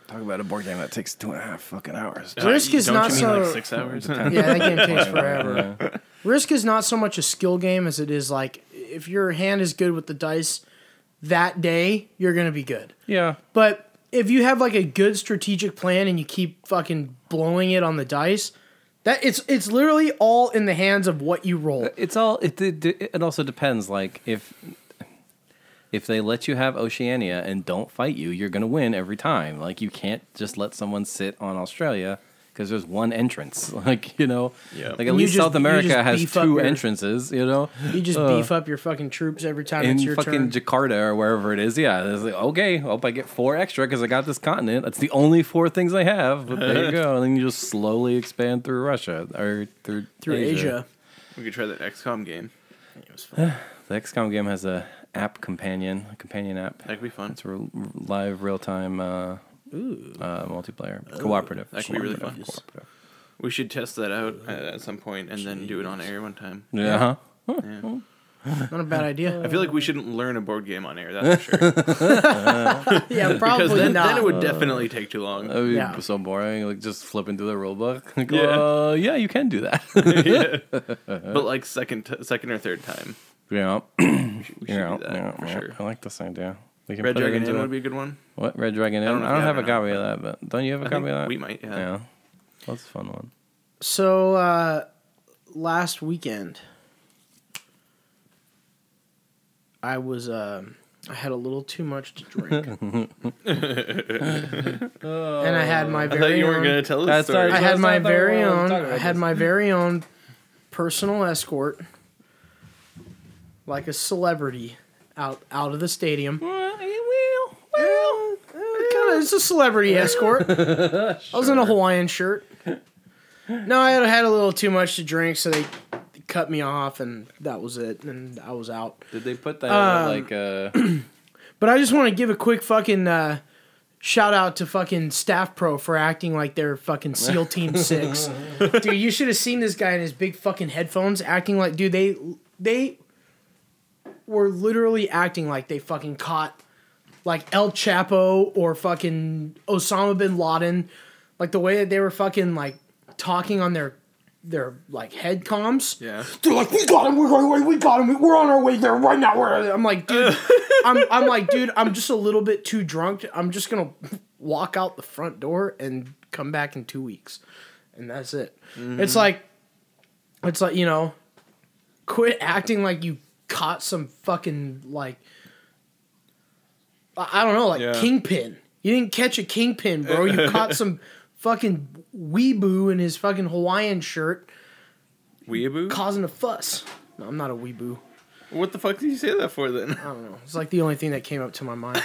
C: Talk about a board game that takes two and a half fucking hours.
D: Risk is
B: Don't
D: not
B: Uh, you mean
D: so-
B: like six hours. yeah.
D: yeah that game takes forever. Risk is not so much a skill game as it is like if your hand is good with the dice that day you're gonna be good.
C: Yeah.
D: But if you have like a good strategic plan and you keep fucking blowing it on the dice, that it's it's literally all in the hands of what you roll.
C: It's all it, it it also depends like if if they let you have Oceania and don't fight you, you're going to win every time. Like you can't just let someone sit on Australia because there's one entrance. Like, you know.
B: Yeah.
C: Like at
D: You
C: least
D: just-
C: South
D: you
C: America
D: just
C: has
D: beef up
C: two
D: your-
C: entrances, you know.
D: You just beef up your fucking troops every time
C: Uh, in
D: it's your turn.
C: fucking Jakarta or wherever it is. Yeah, it's like, okay, hope I get four extra because I got this continent. That's the only four things I have. But there you go. And then you just slowly expand through Russia or through
D: through Asia.
B: We could try that XCOM game.
C: The XCOM game has a app companion, a companion app.
B: That could be fun.
C: It's re- live, real time, uh, uh, multiplayer, cooperative.
B: That could be really
C: Cooperative.
B: fun. We should test that out uh, at some point and then do it on air one time.
C: Yeah. huh?
B: Yeah.
D: Not a bad idea.
B: I feel like we shouldn't learn a board game on air. That's for sure.
D: yeah, probably
B: Because then,
D: not.
B: then it would definitely take too long.
C: That would be
D: Yeah.
C: so boring. Like just flipping through the rule book. Like,
B: Yeah.
C: yeah. Uh, yeah, you can do that.
B: but like second, t- second or third time,
C: yeah.
B: we should, we should
C: Yeah.
B: do that
C: yeah,
B: for
C: yeah.
B: sure.
C: I like this idea. We can
B: Red
C: put it
B: Dragon
C: into
B: Inn
C: a-
B: would be a good one.
C: What Red Dragon Inn? I don't,
B: know if you
C: have,
B: have
C: a
B: it or
C: copy of that, but don't you have a
B: I
C: copy
B: think
C: of that?
B: we might, yeah.
C: Yeah, that's a fun one.
D: So uh, last weekend, I was um I had a little too much to drink,
B: Uh,
D: and I had my
B: I thought
D: very
B: you weren't
D: own-
B: gonna tell us
C: That's
B: story.
D: I
C: not-
D: had
C: That's
D: my
C: not the
D: very
C: one I'm
D: own.
C: talking about
D: I had
C: this.
D: my very own personal escort, like a celebrity, out out of the stadium.
C: Well,
D: Well, kind of, it's a celebrity escort. I was in a Hawaiian shirt. No, I had, had a little too much to drink, so they cut me off, and that was it, and I was out.
C: Did they put that
D: Um,
C: like uh,
D: But I just want to give a quick fucking uh, shout out to fucking Staff Pro for acting like they're fucking SEAL Team Six. dude, you should have seen this guy in his big fucking headphones acting like, dude, they they were literally acting like they fucking caught like El Chapo or fucking Osama bin Laden, like the way that they were fucking like talking on their their like head comms.
B: yeah,
D: They're like, we got him, we're going away, we got him, we're on our way there right now. We're I'm like, dude, I'm, I'm like, dude, I'm just a little bit too drunk. I'm just gonna walk out the front door and come back in two weeks, and that's it. It's like, it's like you know, quit acting like you caught some fucking like, I I don't know, like
B: Yeah.
D: kingpin. You didn't catch a kingpin, bro. You caught some fucking weeboo in his fucking Hawaiian shirt
B: weeaboo.
D: causing a fuss. No, I'm not a weeboo.
B: what the fuck did you say that for then?
D: I don't know. It's like the only thing that came up to my mind.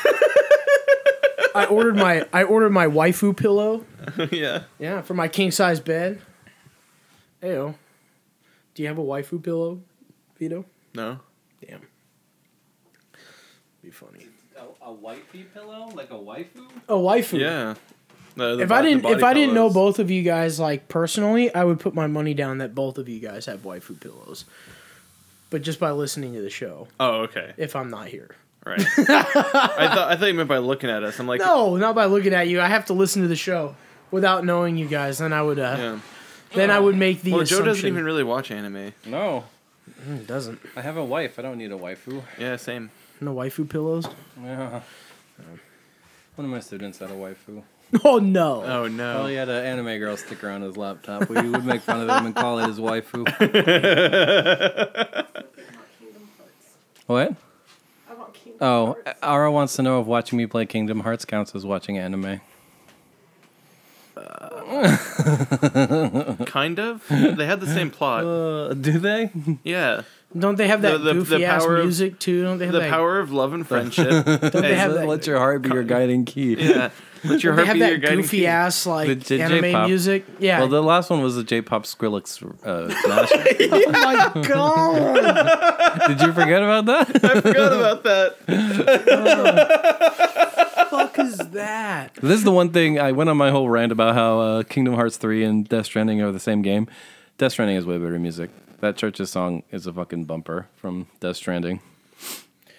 D: I ordered my I ordered my waifu pillow.
B: yeah,
D: Yeah, for my king size bed. Ayo. Do you have a waifu pillow, Vito?
B: no.
D: Damn. Be funny.
C: a wifey pillow, like a waifu?
D: A waifu.
B: Yeah. The- the
D: If
B: bo-
D: I
B: the
D: didn't if
B: body
D: I didn't know
B: pillows.
D: both of you guys like personally, I would put my money down that both of you guys have waifu pillows. But just by listening to the show,
B: Oh, okay.
D: if I'm not here.
B: Right. I thought I thought you meant by looking at us. I'm like,
D: No, not by looking at you. I have to listen to the show without knowing you guys. Then I would, uh,
B: Yeah.
D: then I would make the
B: Well, Joe
D: assumption.
B: doesn't even really watch anime.
C: No,
D: doesn't.
C: I have a wife. I don't need a waifu.
B: Yeah, same.
D: No waifu pillows.
C: Yeah. One of my students had a waifu.
D: Oh no.
B: Oh no.
C: Oh, he had an anime girl sticker on his laptop. We would make fun of him and call it his waifu.
E: Kingdom Hearts.
C: What?
E: I want Kingdom
C: Oh,
E: Hearts.
C: Ara wants to know if watching me play Kingdom Hearts counts as watching anime.
B: Kind of. They had the same plot.
C: Uh, do they?
B: Yeah.
D: Don't they have that
B: The- the-
D: goofy
B: the
D: ass
B: power of-
D: music too? Don't they have
B: The
D: that,
B: power of love and friendship.
D: they have that-
C: Let your heart be your guiding key.
B: yeah. Let your
D: Don't they
B: heart
D: have
B: be your
D: that
B: guiding
D: goofy
B: key.
D: ass like
C: The J-
D: anime
C: J-pop.
D: music? Yeah.
C: Well, the last one was the J-pop Skrillex. Uh, mashup.
D: oh my god.
C: Did you forget about that?
B: I forgot about that.
D: fuck is that?
B: that.
C: This is the one thing I went on my whole rant about how uh, Kingdom Hearts 3 and Death Stranding are the same game. Death Stranding is way better music. That Church's song is a fucking bumper from Death Stranding.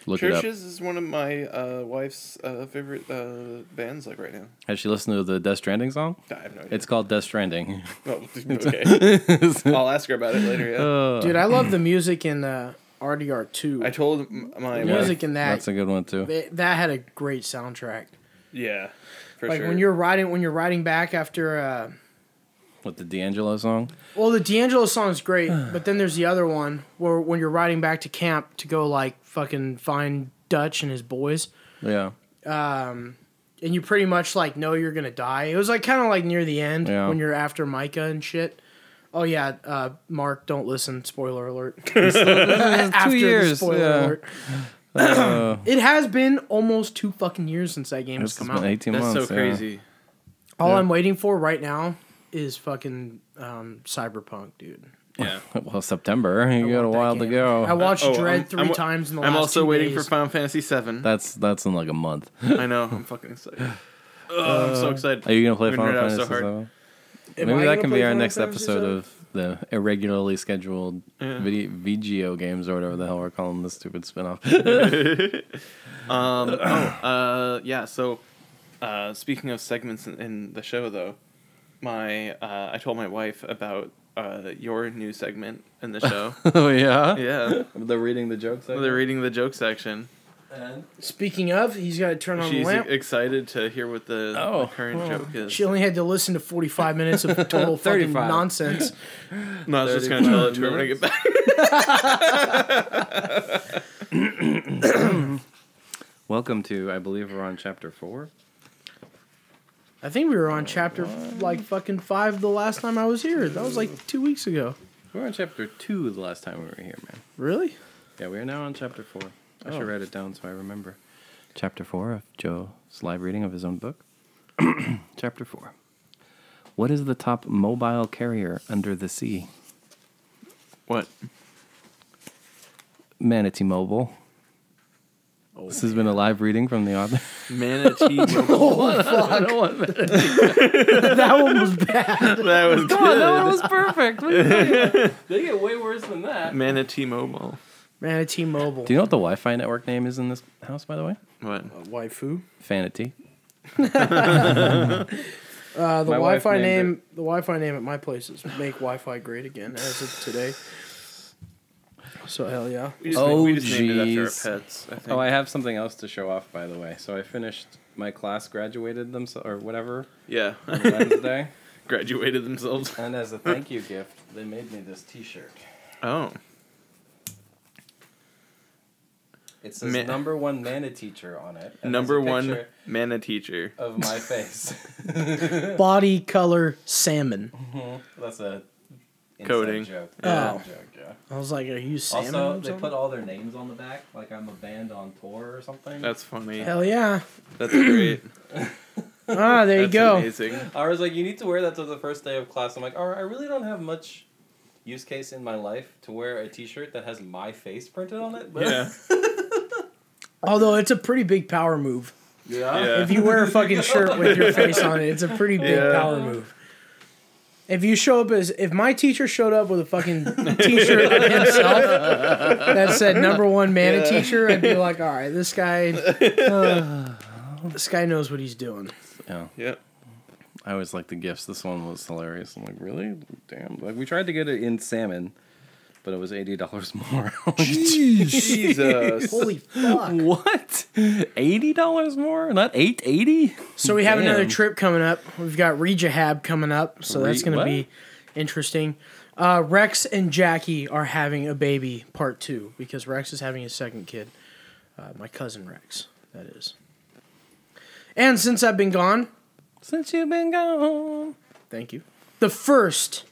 C: Look it up.
B: Churches is one of my uh, wife's uh, favorite uh, bands, like right now.
C: Has she listened to the Death Stranding song?
B: I have no idea.
C: It's called Death Stranding.
B: oh, okay. I'll ask her about it later. Yeah.
C: Uh,
D: Dude, I love the music in uh, RDR two.
B: I told m- my
D: The music
B: wife.
D: in that
C: That's a good one too.
D: they- that had a great soundtrack.
B: Yeah, for
D: Like
B: sure.
D: when you're riding when you're riding back after. Uh,
C: With the D'Angelo song.
D: well, the D'Angelo song's great, but then there's the other one where when you're riding back to camp to go like fucking find Dutch and his boys.
C: Yeah.
D: and you pretty much like know you're gonna die. It was like kind of like near the end
C: Yeah.
D: when you're after Micah and shit. Oh yeah, uh, Mark, don't listen. Spoiler alert. after
C: years, yeah.
D: it has been almost two fucking years since that game has
C: This has
D: come
C: been
D: out.
C: 18
B: That's
C: months.
B: so
C: yeah.
B: crazy.
D: All
C: yeah.
D: I'm waiting for right now is fucking um, Cyberpunk, dude.
B: Yeah.
C: Well, September. You got a
D: want that
C: while to
D: game.
C: go.
D: I watched
B: Oh,
D: Dread
B: I'm-
D: 3
B: I'm-
D: times in the last
B: I'm also
D: two
B: waiting
D: days.
B: for Final Fantasy VII.
C: that's that's in like a month.
B: I know. I'm fucking excited. Oh, I'm so excited.
C: Uh, Are you gonna play
B: I've been
C: Final
B: nerded out
C: Fantasy?
B: so hard.
C: VII?
D: Am I
C: Maybe
D: gonna
C: that can
D: play
C: be our
D: Final
C: next
D: Fantasy
C: episode
D: VII?
C: of the irregularly scheduled
B: Yeah.
C: video, VGO games or whatever the hell we're calling this stupid spinoff.
B: Um, oh, uh, yeah. So, uh, speaking of segments in, in the show, though, my uh, I told my wife about uh, your new segment in the show.
C: oh yeah,
B: yeah,
C: They're reading the jokes.
B: they're reading the joke section.
D: Speaking of, he's got to turn on
B: She's
D: the lamp.
B: excited to hear what the, the
C: Oh,
B: current joke is.
D: She only had to listen to 45 minutes of total fucking
C: 35.
D: nonsense.
B: no, I was just gonna tell it to her when I get back.
C: Welcome to, I believe we're on chapter four.
D: I think we were on chapter like fucking five the last time I was here. That was like two weeks ago.
C: We were on chapter two the last time we were here, man.
D: Really?
C: Yeah, we are now on chapter four. I should write it down so I remember. Oh. Chapter four of Joe's live reading of his own book. chapter four. What is the top mobile carrier under the sea?
B: What?
C: Manatee Mobile. this has been a live reading from the author.
B: Manatee. Mobile.
C: I don't want that.
D: That one was bad.
B: that was good.
C: Oh, That was perfect. What are you talking about? they get way worse than that.
B: Manatee Mobile.
D: Manatee Mobile.
C: Do you know what the Wi-Fi network name is in this house, by the way?
B: What?
D: waifu.
C: Fanity.
D: Uh, the
C: My wife
D: Wi-Fi
C: named
D: name. The Wi-Fi name at my place is "Make Wi-Fi Great Again" as of today. So hell yeah.
B: We just,
C: Oh,
B: we just named it
C: jeez.
B: after our pets. I think.
C: Oh, I have something else to show off, by the way. So I finished my class, graduated them, or whatever,
B: yeah.
C: on Wednesday.
B: Graduated themselves.
C: and as a thank you gift, they made me this T-shirt.
B: Oh.
C: It says
B: Ma-
C: "Number One Mana Teacher" on it. and
B: Number
C: there's a
B: one
C: picture
B: mana teacher.
C: of my face.
D: Body color salmon.
C: That's a inside
B: Coding.
C: joke.
D: Yeah.
C: Inside joke, yeah.
D: I was like, "Are you salmon?"
C: Also,
D: or
C: they
D: something?
C: put all their names on the back, like I'm a band on tour or something.
B: That's funny.
D: hell yeah.
B: That's great.
D: Ah, there you
B: That's
D: go.
B: amazing.
C: I was like, you need to wear that to the first day of class. I'm like, all right, I really don't have much use case in my life to wear a T-shirt that has my face printed on it. But
B: Yeah.
D: Although it's a pretty big power move.
C: yeah.
B: Yeah.
D: If you wear a fucking shirt with your face on it, it's a pretty big
B: Yeah.
D: power move. If you show up as if my teacher showed up with a fucking t-shirt of himself that said number one man a teacher, I'd be like, all right, this guy, uh, this guy knows what he's doing.
B: Yep.
C: I always like the gifts. This one was hilarious. I'm like, really? Damn. Like we tried to get it in salmon, but it was eighty dollars more.
B: Jesus.
D: Holy fuck!
C: what? Eighty dollars more? Not eight eighty?
D: So we have another
C: Damn.
D: trip coming up. We've got Rejahab coming up, so that's
C: Re-
D: gonna
C: what?
D: be interesting. Uh, Rex and Jackie are having a baby, part two, because Rex is having his second kid. Uh, my cousin Rex, that is. And since I've been gone,
C: Since you've been gone.
D: thank you. The first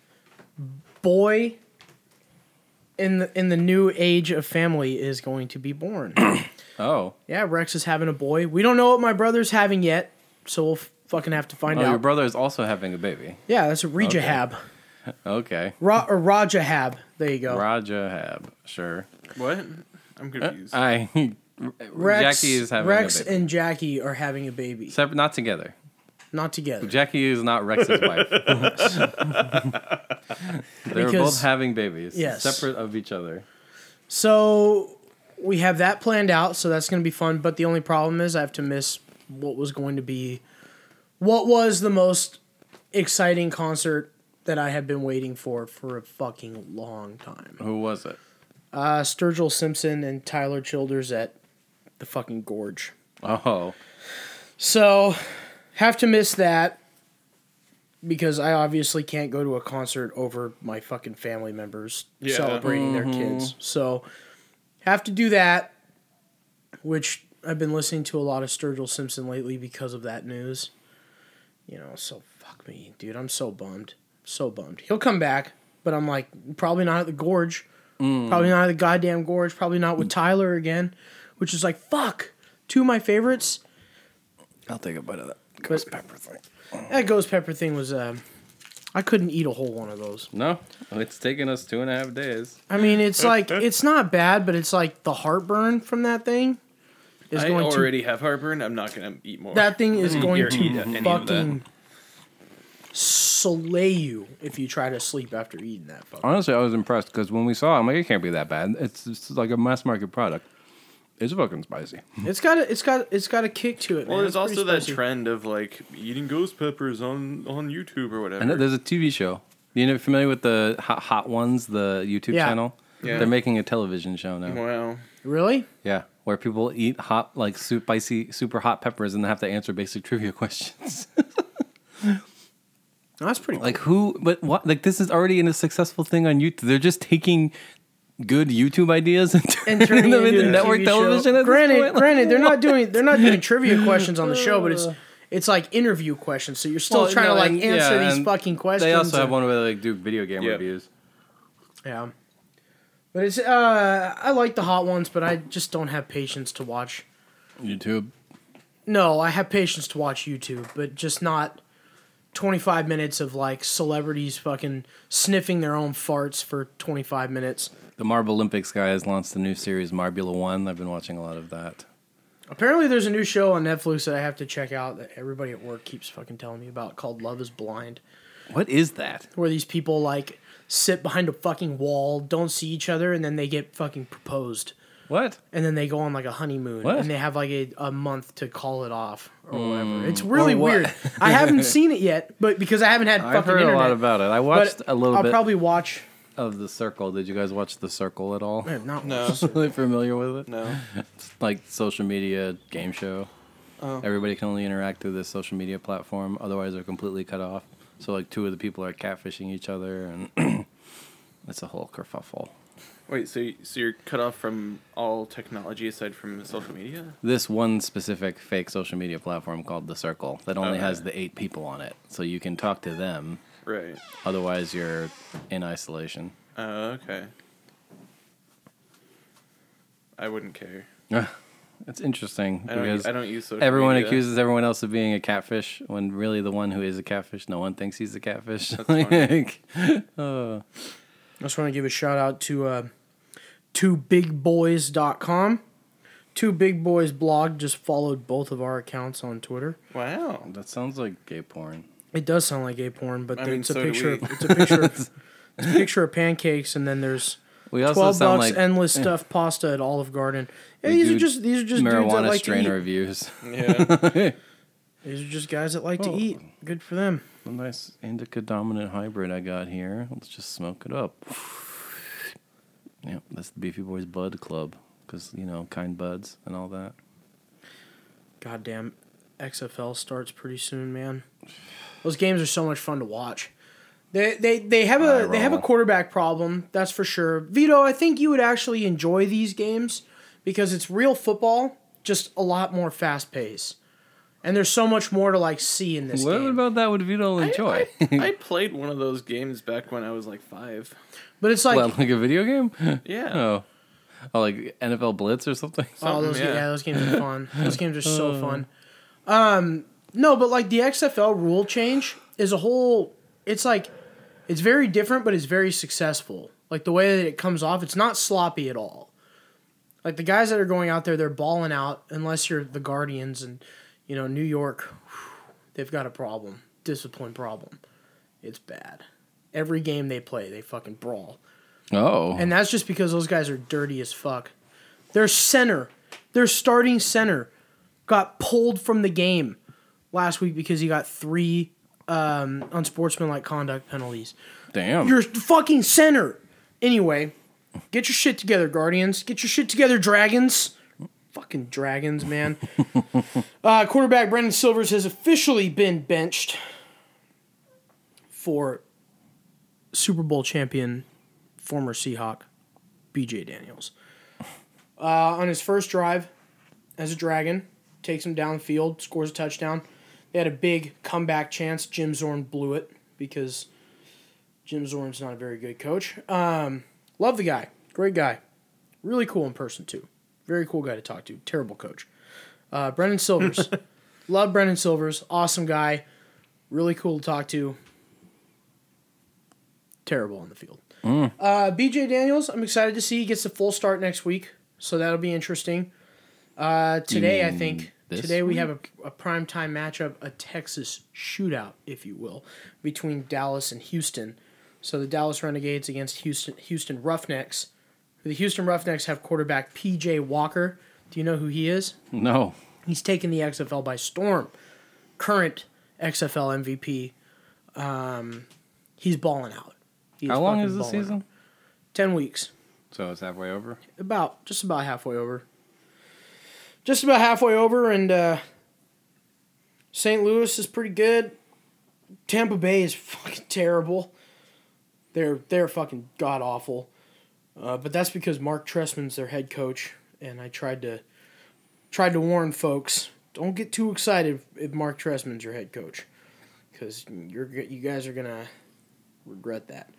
D: boy in the in the new age of family is going to be born.
C: Oh.
D: yeah, Rex is having a boy. We don't know what my brother's having yet, so we'll f- fucking have to find
C: Oh,
D: out.
C: your brother is also having a baby.
D: yeah, that's a Rejahab.
C: Okay.
D: Ra- or Rajahab. There
C: Oh.
D: you go.
C: Raja Hab, sure.
B: what? I'm confused.
C: I
D: Rex,
C: Jackie is having
D: Rex
C: a baby.
D: and Jackie are having a baby.
C: Separ- not together.
D: Not together.
C: Jackie is not Rex's wife. they were both
D: Because-
C: having babies,
D: Yes.
C: separate of each other.
D: So we have that planned out, so that's going to be fun. But the only problem is I have to miss what was going to be, what was the most exciting concert that I have been waiting for for a fucking long time.
C: Who was it?
D: Uh, Sturgill Simpson and Tyler Childers at the fucking Gorge.
C: Oh,
D: So have to miss that because I obviously can't go to a concert over my fucking family members
B: Yeah.
D: celebrating their kids. So have to do that, which I've been listening to a lot of Sturgill Simpson lately because of that news. You know, so fuck me, dude. I'm so bummed. So bummed. He'll come back, but I'm like, probably not at the gorge. Probably not at the goddamn gorge. Probably not with Tyler again, which is like, fuck. Two of my favorites.
C: I'll take a bite of that
D: ghost
C: pepper thing.
D: That ghost pepper thing was. Um, I couldn't eat a whole one of those.
C: No, it's taken us two and a half days.
D: I mean, it's like it's not bad, but it's like the heartburn from that thing is
B: I
D: going
B: already have heartburn. I'm not gonna eat more.
D: to that thing is going
B: You're eating
D: to
B: any of that.
D: fucking slay you if you try to sleep after eating that. Fucking.
C: Honestly, I was impressed because when we saw it, I'm like, it can't be that bad. It's, it's like a mass market product. It's fucking spicy.
D: It's got a, it's got it's got a kick to it.
B: Well,
D: man.
B: there's
D: It's pretty
B: also that
D: spicy.
B: trend of like eating ghost peppers on on YouTube or whatever.
C: I know there's a TV show. You know, familiar with the hot, hot ones, the YouTube
D: Yeah.
C: channel?
B: Yeah.
C: They're making a television show now.
B: wow.
D: Really?
C: Yeah, where people eat hot, like su- spicy, super hot peppers, and they have to answer basic trivia questions.
D: No, that's pretty.
C: like who? But what? Like this is already in a successful thing on YouTube. They're just taking good YouTube ideas and turning,
D: cool. And turning
C: them
D: it
C: into
D: into a
C: network
D: TV show.
C: television. At
D: Granted,
C: this point. Like,
D: granted, they're not doing they're not doing trivia questions on the show, but it's it's like interview questions. So you're still
C: Well,
D: trying
C: no,
D: to like
C: and-
D: answer
C: yeah,
D: these
C: and
D: fucking questions.
C: They also have
D: and-
C: one where they like do video game
B: Yep.
C: reviews.
D: Yeah. But it's uh I like the hot ones, but I just don't have patience to watch.
C: YouTube.
D: No, I have patience to watch YouTube, but just not 25 minutes of like celebrities fucking sniffing their own farts for 25 minutes.
C: The Marble Olympics guy has launched the new series Marbula One. I've been watching a lot of that.
D: Apparently there's a new show on Netflix that I have to check out that everybody at work keeps fucking telling me about called Love is Blind,
C: What is that?
D: where these people like sit behind a fucking wall, don't see each other and then they get fucking proposed.
C: What?
D: and then they go on like a honeymoon
C: What?
D: and they have like a, a month to call it off or whatever. It's really
C: what?
D: weird. I haven't seen it yet, but because I haven't had fucking
C: I've heard
D: internet.
C: a lot about it. I
D: but
C: watched a little
D: I'll
C: bit
D: probably watch.
C: of The Circle. Did you guys watch The Circle at all?
D: I have not
B: No.
D: watched.
C: Really familiar with it?
B: No.
C: Like social media game show.
B: Oh.
C: Everybody can only interact through this social media platform. Otherwise, they're completely cut off. So like two of the people are catfishing each other, and it's a whole kerfuffle.
B: Wait. So y- so you're cut off from all technology aside from social media.
C: this one specific fake social media platform called the circle that only
B: Okay.
C: has the eight people on it so you can talk to them
B: Right.
C: otherwise you're in isolation
B: Oh, okay. I wouldn't care.
C: it's interesting
B: I don't. e,
C: because
B: I don't use social.
C: everyone
B: media.
C: accuses everyone else of being a catfish when really the one who is a catfish no one thinks he's a catfish
B: funny.
C: Like,
D: I just want to give a shout out to uh, twobigboys.com. Two Big Boys blog just followed both of our accounts on Twitter.
B: Wow.
C: that sounds like gay porn
D: It does sound like gay porn, but
B: I
D: there-
B: mean,
D: it's, a
B: so do
D: picture of,
B: we.
D: it's a picture. Of, it's a picture of pancakes, and then there's
C: we also
D: twelve
C: sound
D: bucks
C: like
D: endless stuff pasta at Olive Garden. Yeah,
C: We
D: these
C: do
D: are just these are just dudes that
C: marijuana
D: like
C: strain
D: to eat.
C: reviews
B: Yeah.
D: These are just guys that like to
C: Oh.
D: eat. Good for them.
C: a nice indica dominant hybrid i got here let's just smoke it up yep that's the beefy boys bud club because you know kind buds and all that
D: Goddamn, XFL starts pretty soon, man. Those games are so much fun to watch. They they, they have
C: Eye
D: a they have a
C: roll.
D: quarterback problem, that's for sure. Vito, I think you would actually enjoy these games because it's real football, just a lot more fast pace. And there's so much more to like see in this
C: what
D: game.
C: about that would Vito enjoy
B: I played one of those games back when I was like five.
D: but it's like
C: well like a video game
B: Yeah.
C: oh oh like nfl blitz or something
D: Oh, those
B: Something,
D: yeah.
B: yeah.
D: yeah, those games are fun. those games are so fun. Um, no, but like the XFL rule change is a whole. It's like, it's very different, but it's very successful. Like the way that it comes off, it's not sloppy at all. Like the guys that are going out there, they're balling out. Unless you're the Guardians and, you know, New York, They've got a problem, discipline problem. It's bad. Every game they play, they fucking brawl.
C: Oh.
D: And that's just because those guys are dirty as fuck. Their center, their starting center, got pulled from the game last week because he got three um, unsportsmanlike conduct penalties.
C: Damn.
D: Your fucking center. Anyway, get your shit together, Guardians. Get your shit together, Dragons. Fucking Dragons, man. uh, quarterback Brandon Silvers has officially been benched for Super Bowl champion, former Seahawk, BJ Daniels. Uh, on his first drive as a Dragon, takes him downfield, scores a touchdown. They had a big comeback chance. Jim Zorn blew it because Jim Zorn's not a very good coach. Um, love the guy. Great guy. Really cool in person, too. Very cool guy to talk to. Terrible coach. Uh, Brendan Silvers. love Brendan Silvers. Awesome guy. Really cool to talk to. Terrible on the field.
C: Mm.
D: Uh, BJ Daniels, I'm excited to see. He gets the full start next week, so that'll be interesting. Uh, today, I
C: mean
D: think.
C: this
D: Today, we have a, a primetime matchup, a Texas shootout, if you will, between Dallas and Houston. So the Dallas Renegades against Houston Houston Roughnecks. The Houston Roughnecks have quarterback PJ Walker. Do you know who he is?
C: No.
D: He's taken the XFL by storm. Current XFL MVP. Um, he's balling out. He's
C: How long
D: fucking
C: is the
D: balling out.
C: season?
D: Ten weeks.
C: So it's halfway over.
D: About just about halfway over. Just about halfway over, and uh, St. Louis is pretty good. Tampa Bay is fucking terrible. They're they're fucking god awful. Uh, but that's because Mark Tressman's their head coach, and I tried to tried to warn folks: don't get too excited if Mark Tressman's your head coach, because you're g- you guys are gonna regret that.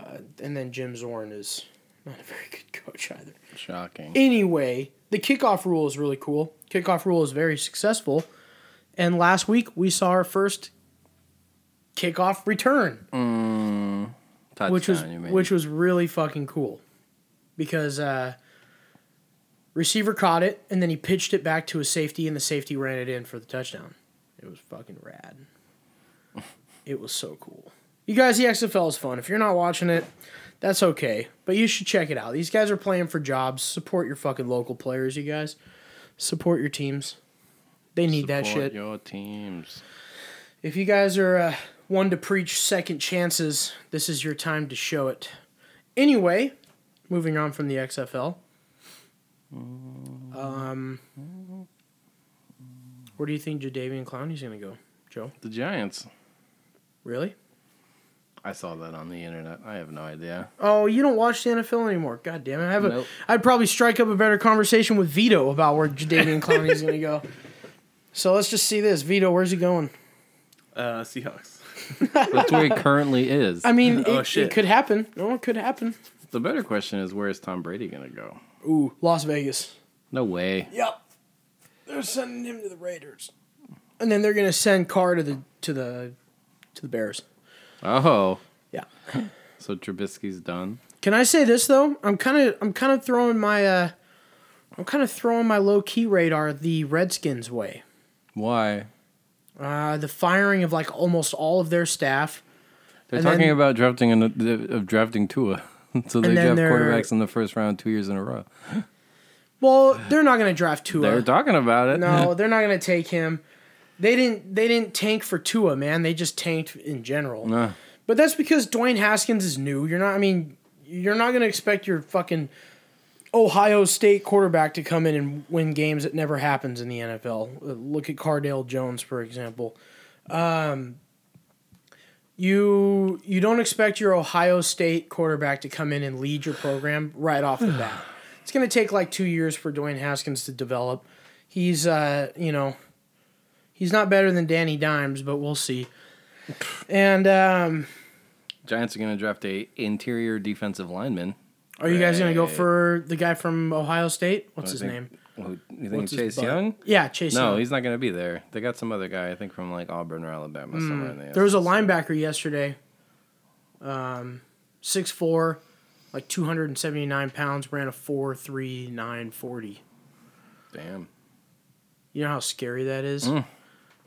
D: Uh, and then Jim Zorn is not a very good coach either.
C: Shocking.
D: Anyway, the kickoff rule is really cool. Kickoff rule is very successful. And last week we saw our first kickoff return,
C: Touchdown,
D: which was
C: you mean.
D: which was really fucking cool. Because uh receiver caught it and then he pitched it back to a safety and the safety ran it in for the touchdown. It was fucking rad. it was so cool. You guys, the XFL is fun. If you're not watching it, that's okay. But you should check it out. These guys are playing for jobs. Support your fucking local players, you guys. Support your teams. They need that
C: Support
D: shit.
C: Your teams.
D: If you guys are uh, one to preach second chances, this is your time to show it. Anyway, moving on from the XFL. Um, where do you think Jadavian Clowney's going to go, Joe?
C: The Giants.
D: Really?
C: I saw that on the internet. I have no idea.
D: Oh, you don't watch the NFL anymore. God damn it. I have a,
C: Nope.
D: I'd probably strike up a better conversation with Vito about where Jadavian Clowney's going to go. So let's just see this. Vito, where's he going?
B: Uh, Seahawks.
C: That's where he currently is.
D: I mean,
B: Oh,
D: it,
B: shit.
D: it could happen. No, it could happen.
C: the better question is where is Tom Brady going to go?
D: Ooh, Las Vegas.
C: No way.
D: Yep. They're sending him to the Raiders. And then they're gonna send Carr to the to the to the Bears.
C: Oh.
D: Yeah.
C: So Trubisky's done.
D: Can I say this though? I'm kinda I'm kinda throwing my uh I'm kinda throwing my low key radar the Redskins way.
C: Why?
D: Uh the firing of like almost all of their staff.
C: They're
D: And
C: talking
D: then-
C: about drafting an, uh, of drafting Tua. so they
D: then
C: draft
D: they're-
C: quarterbacks in the first round two years in a row.
D: Well, they're not gonna draft Tua.
C: They were talking about it.
D: No, they're not gonna take him. They didn't they didn't tank for Tua, man. They just tanked in general.
C: No.
D: But that's because Dwayne Haskins is new. You're not. I mean, you're not going to expect your fucking Ohio State quarterback to come in and win games. It never happens in the NFL. Uh, Look at Cardale Jones, for example. Um, you you don't expect your Ohio State quarterback to come in and lead your program right off the bat. It's going to take like two years for Dwayne Haskins to develop. He's uh, you know, he's not better than Danny Dimes, but we'll see. And um,
C: Giants are going to draft a interior defensive lineman.
D: Are you guys gonna go
C: Right.
D: for the guy from Ohio State? What's
C: I
D: his
C: think-
D: name?
C: Who, you think
D: What's his
C: Chase
D: butt?
C: Young?
D: Yeah, Chase.
C: No,
D: Young.
C: he's not going to be there. They got some other guy, I think, from like Auburn or Alabama somewhere in the
D: there was Mm. a linebacker yesterday, um, six four, like two hundred and seventy nine pounds, ran a four three nine forty.
C: Damn. Mm.
D: You know how scary that is.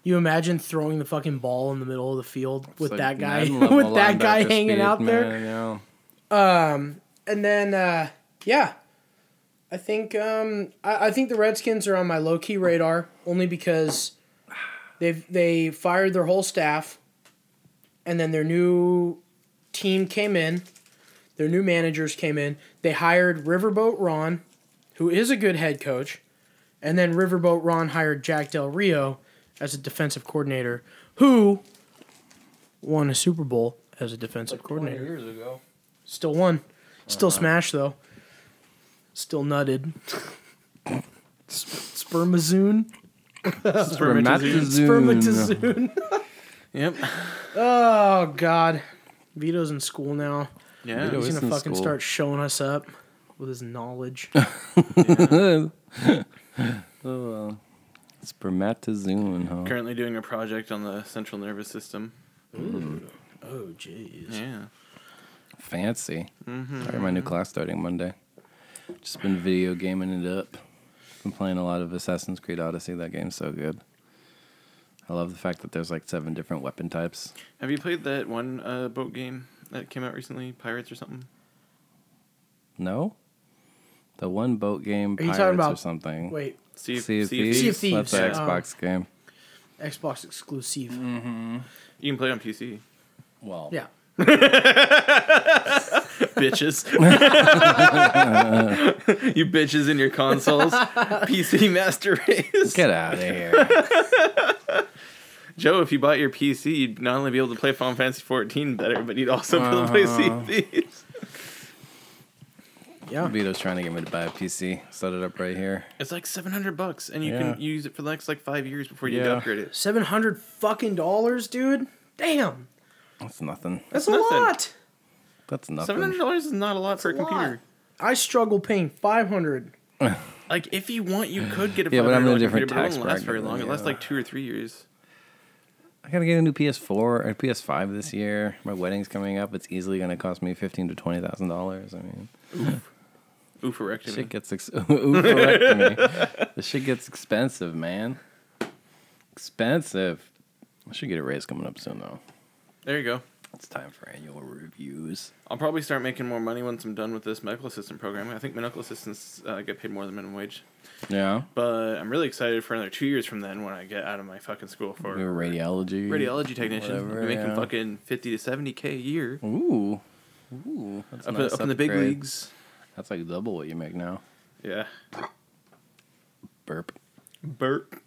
D: You imagine throwing the fucking ball in the middle of the field with
C: It's
D: that
C: like
D: guy,
C: Madden level
D: with that guy
C: linebacker
D: hanging
C: speed,
D: out there.
C: man, yeah.
D: And then, uh, yeah, I think um, I, I think the Redskins are on my low key radar only because they've they fired their whole staff, and then their new team came in, their new managers came in. They hired Riverboat Ron, who is a good head coach, and then Riverboat Ron hired Jack Del Rio as a defensive coordinator, who won a Super Bowl as a defensive coordinator.
C: years ago.
D: Still won. Still smashed though. Still nutted. Spermazoon.
B: Spermatozoon.
D: Spermatozoon.
B: Yep.
D: oh God. Vito's in school now.
B: Yeah.
C: Vito
D: He's
C: is
D: gonna
C: in
D: fucking
C: school.
D: start showing us up with his knowledge.
C: oh, well. Spermatozoon, huh?
B: Currently doing a project on the central nervous system.
D: oh jeez.
B: Yeah.
C: Fancy.
D: Mm-hmm.
C: Sorry, my new class starting Monday. Just been video gaming it up. Been playing a lot of Assassin's Creed Odyssey. That game's so good. I love the fact that there's like seven different weapon types.
B: Have you played that one uh, boat game that came out recently, Pirates or something?
C: No? The one boat game,
D: Are you
C: Pirates
D: talking
C: or
D: about-
C: something.
D: Wait,
B: See
C: Sea of
B: see
C: Thieves.
D: Sea of Thieves,
C: That's
D: yeah.
C: an Xbox game.
D: Xbox exclusive.
C: Mm.
B: You can play it on PC.
C: Well,
D: Yeah.
B: bitches. you bitches in your consoles. PC Master Race.
C: Get out of here.
B: Joe, if you bought your PC, you'd not only be able to play Final Fantasy 14 better, but you'd also be able to play Sea
C: Uh-huh.
B: of Thieves.
D: Yeah.
C: Vito's trying to get me to buy a PC. Set it up right here.
B: It's like 700 bucks, and you
C: Yeah.
B: can use it for the next like five years before you
C: Yeah.
B: upgrade it.
D: Seven hundred fucking dollars, dude. Damn.
C: That's nothing.
D: That's,
B: That's
D: a
B: nothing.
D: lot.
C: That's nothing.
B: $700 is not a lot for a
D: lot.
B: computer.
D: I struggle paying five hundred.
B: Like, if you want, you could get a
C: Yeah, but I'm in a
B: $500
C: different
B: computer, but
C: tax
B: it won't last
C: bracket
B: very
C: than
B: long. It
C: you
B: lasts
C: are.
B: like two or three years.
C: I gotta get a new PS4 or PS5 this year. My wedding's coming up. It's easily gonna cost me fifteen to twenty thousand dollars. I mean,
B: Oophorectomy.
C: shit gets ex- Ooh, correct me. The shit gets expensive, man. Expensive. I should get a raise coming up soon though.
B: There you go.
C: It's time for annual reviews.
B: I'll probably start making more money once I'm done with this medical assistant program. I think medical assistants uh, get paid more than minimum wage.
C: Yeah,
B: But I'm really excited for another two years from then when I get out of my fucking school for
C: we were radiology.
B: radiology technician.
C: Whatever,
B: You're making
C: yeah.
B: fucking 50 to 70K a year
C: Ooh, ooh, that's a
B: up,
C: nice
B: up in the big
C: upgrade.
B: leagues.
C: That's like double what you make now.
B: Yeah.
C: Burp.
B: Burp.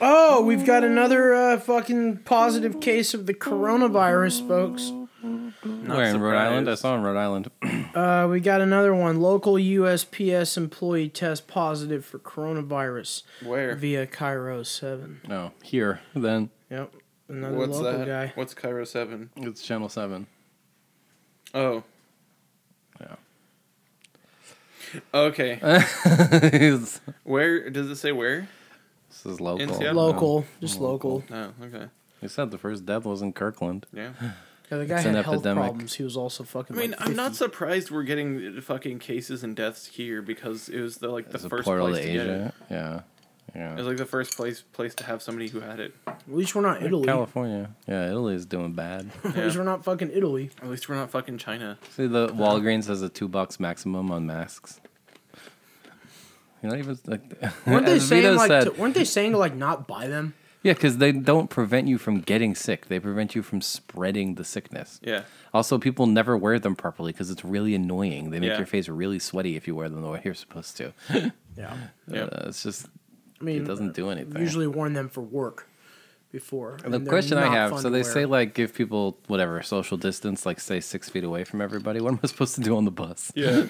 D: Oh, we've got another uh, fucking positive case of the coronavirus, folks.
C: Where in Rhode Island? I
B: surprised.
C: saw in Rhode Island.
D: Uh, we got another one. Local USPS employee test positive for coronavirus
B: Where?
D: via Cairo 7.
C: no, here then.
D: Yep.
C: uh,
D: Another
B: What's
D: local
B: that?
D: guy.
B: What's Cairo 7?
C: It's Channel Seven.
B: Oh.
C: Yeah.
B: Okay.
C: this
B: Where? Does it say where?
C: is local.
B: Seattle?
D: Local. Just local.
B: No. Oh, okay.
C: They said the first death was in Kirkland.
B: Yeah.
D: Yeah, the guy
C: It's
D: had
C: an
D: health
C: epidemic.
D: problems. He was also
B: I
D: fucking.
B: mean,
D: like
B: I'm
D: 50.
B: not surprised we're getting uh, fucking cases and deaths here because it was the like the
C: It's a
B: first
C: portal
B: place
C: to
B: to get it.
C: Asia. Yeah.
B: It
C: Yeah.
B: was like the first place place to have somebody who had it.
D: At least we're not Italy.
C: California. Yeah, Italy's doing bad.
D: At least
B: Yeah.
D: we're not fucking Italy.
B: At least we're not fucking China.
C: See, the Walgreens has a two bucks maximum on masks. You're not even like.
D: Weren't they
C: as
D: saying
C: Vito
D: like?
C: said-
D: To, weren't they saying to like not buy them?
C: yeah, because they don't prevent you from getting sick. They prevent you from spreading the sickness.
B: Yeah.
C: Also, people never wear them properly because it's really annoying. They make
B: Yeah.
C: your face really sweaty if you wear them the way you're supposed to.
D: Yeah.
B: Yeah.
C: Uh, it's just
D: I mean,
C: It doesn't do anything.
D: Usually warn them for work before. I
C: The
D: mean, they're
C: question I
D: not
C: have,
D: fun
C: so
D: to
C: they
D: wear.
C: say like give people whatever social distance, like stay six feet away from everybody. What am I supposed to do on the bus?
B: Yeah.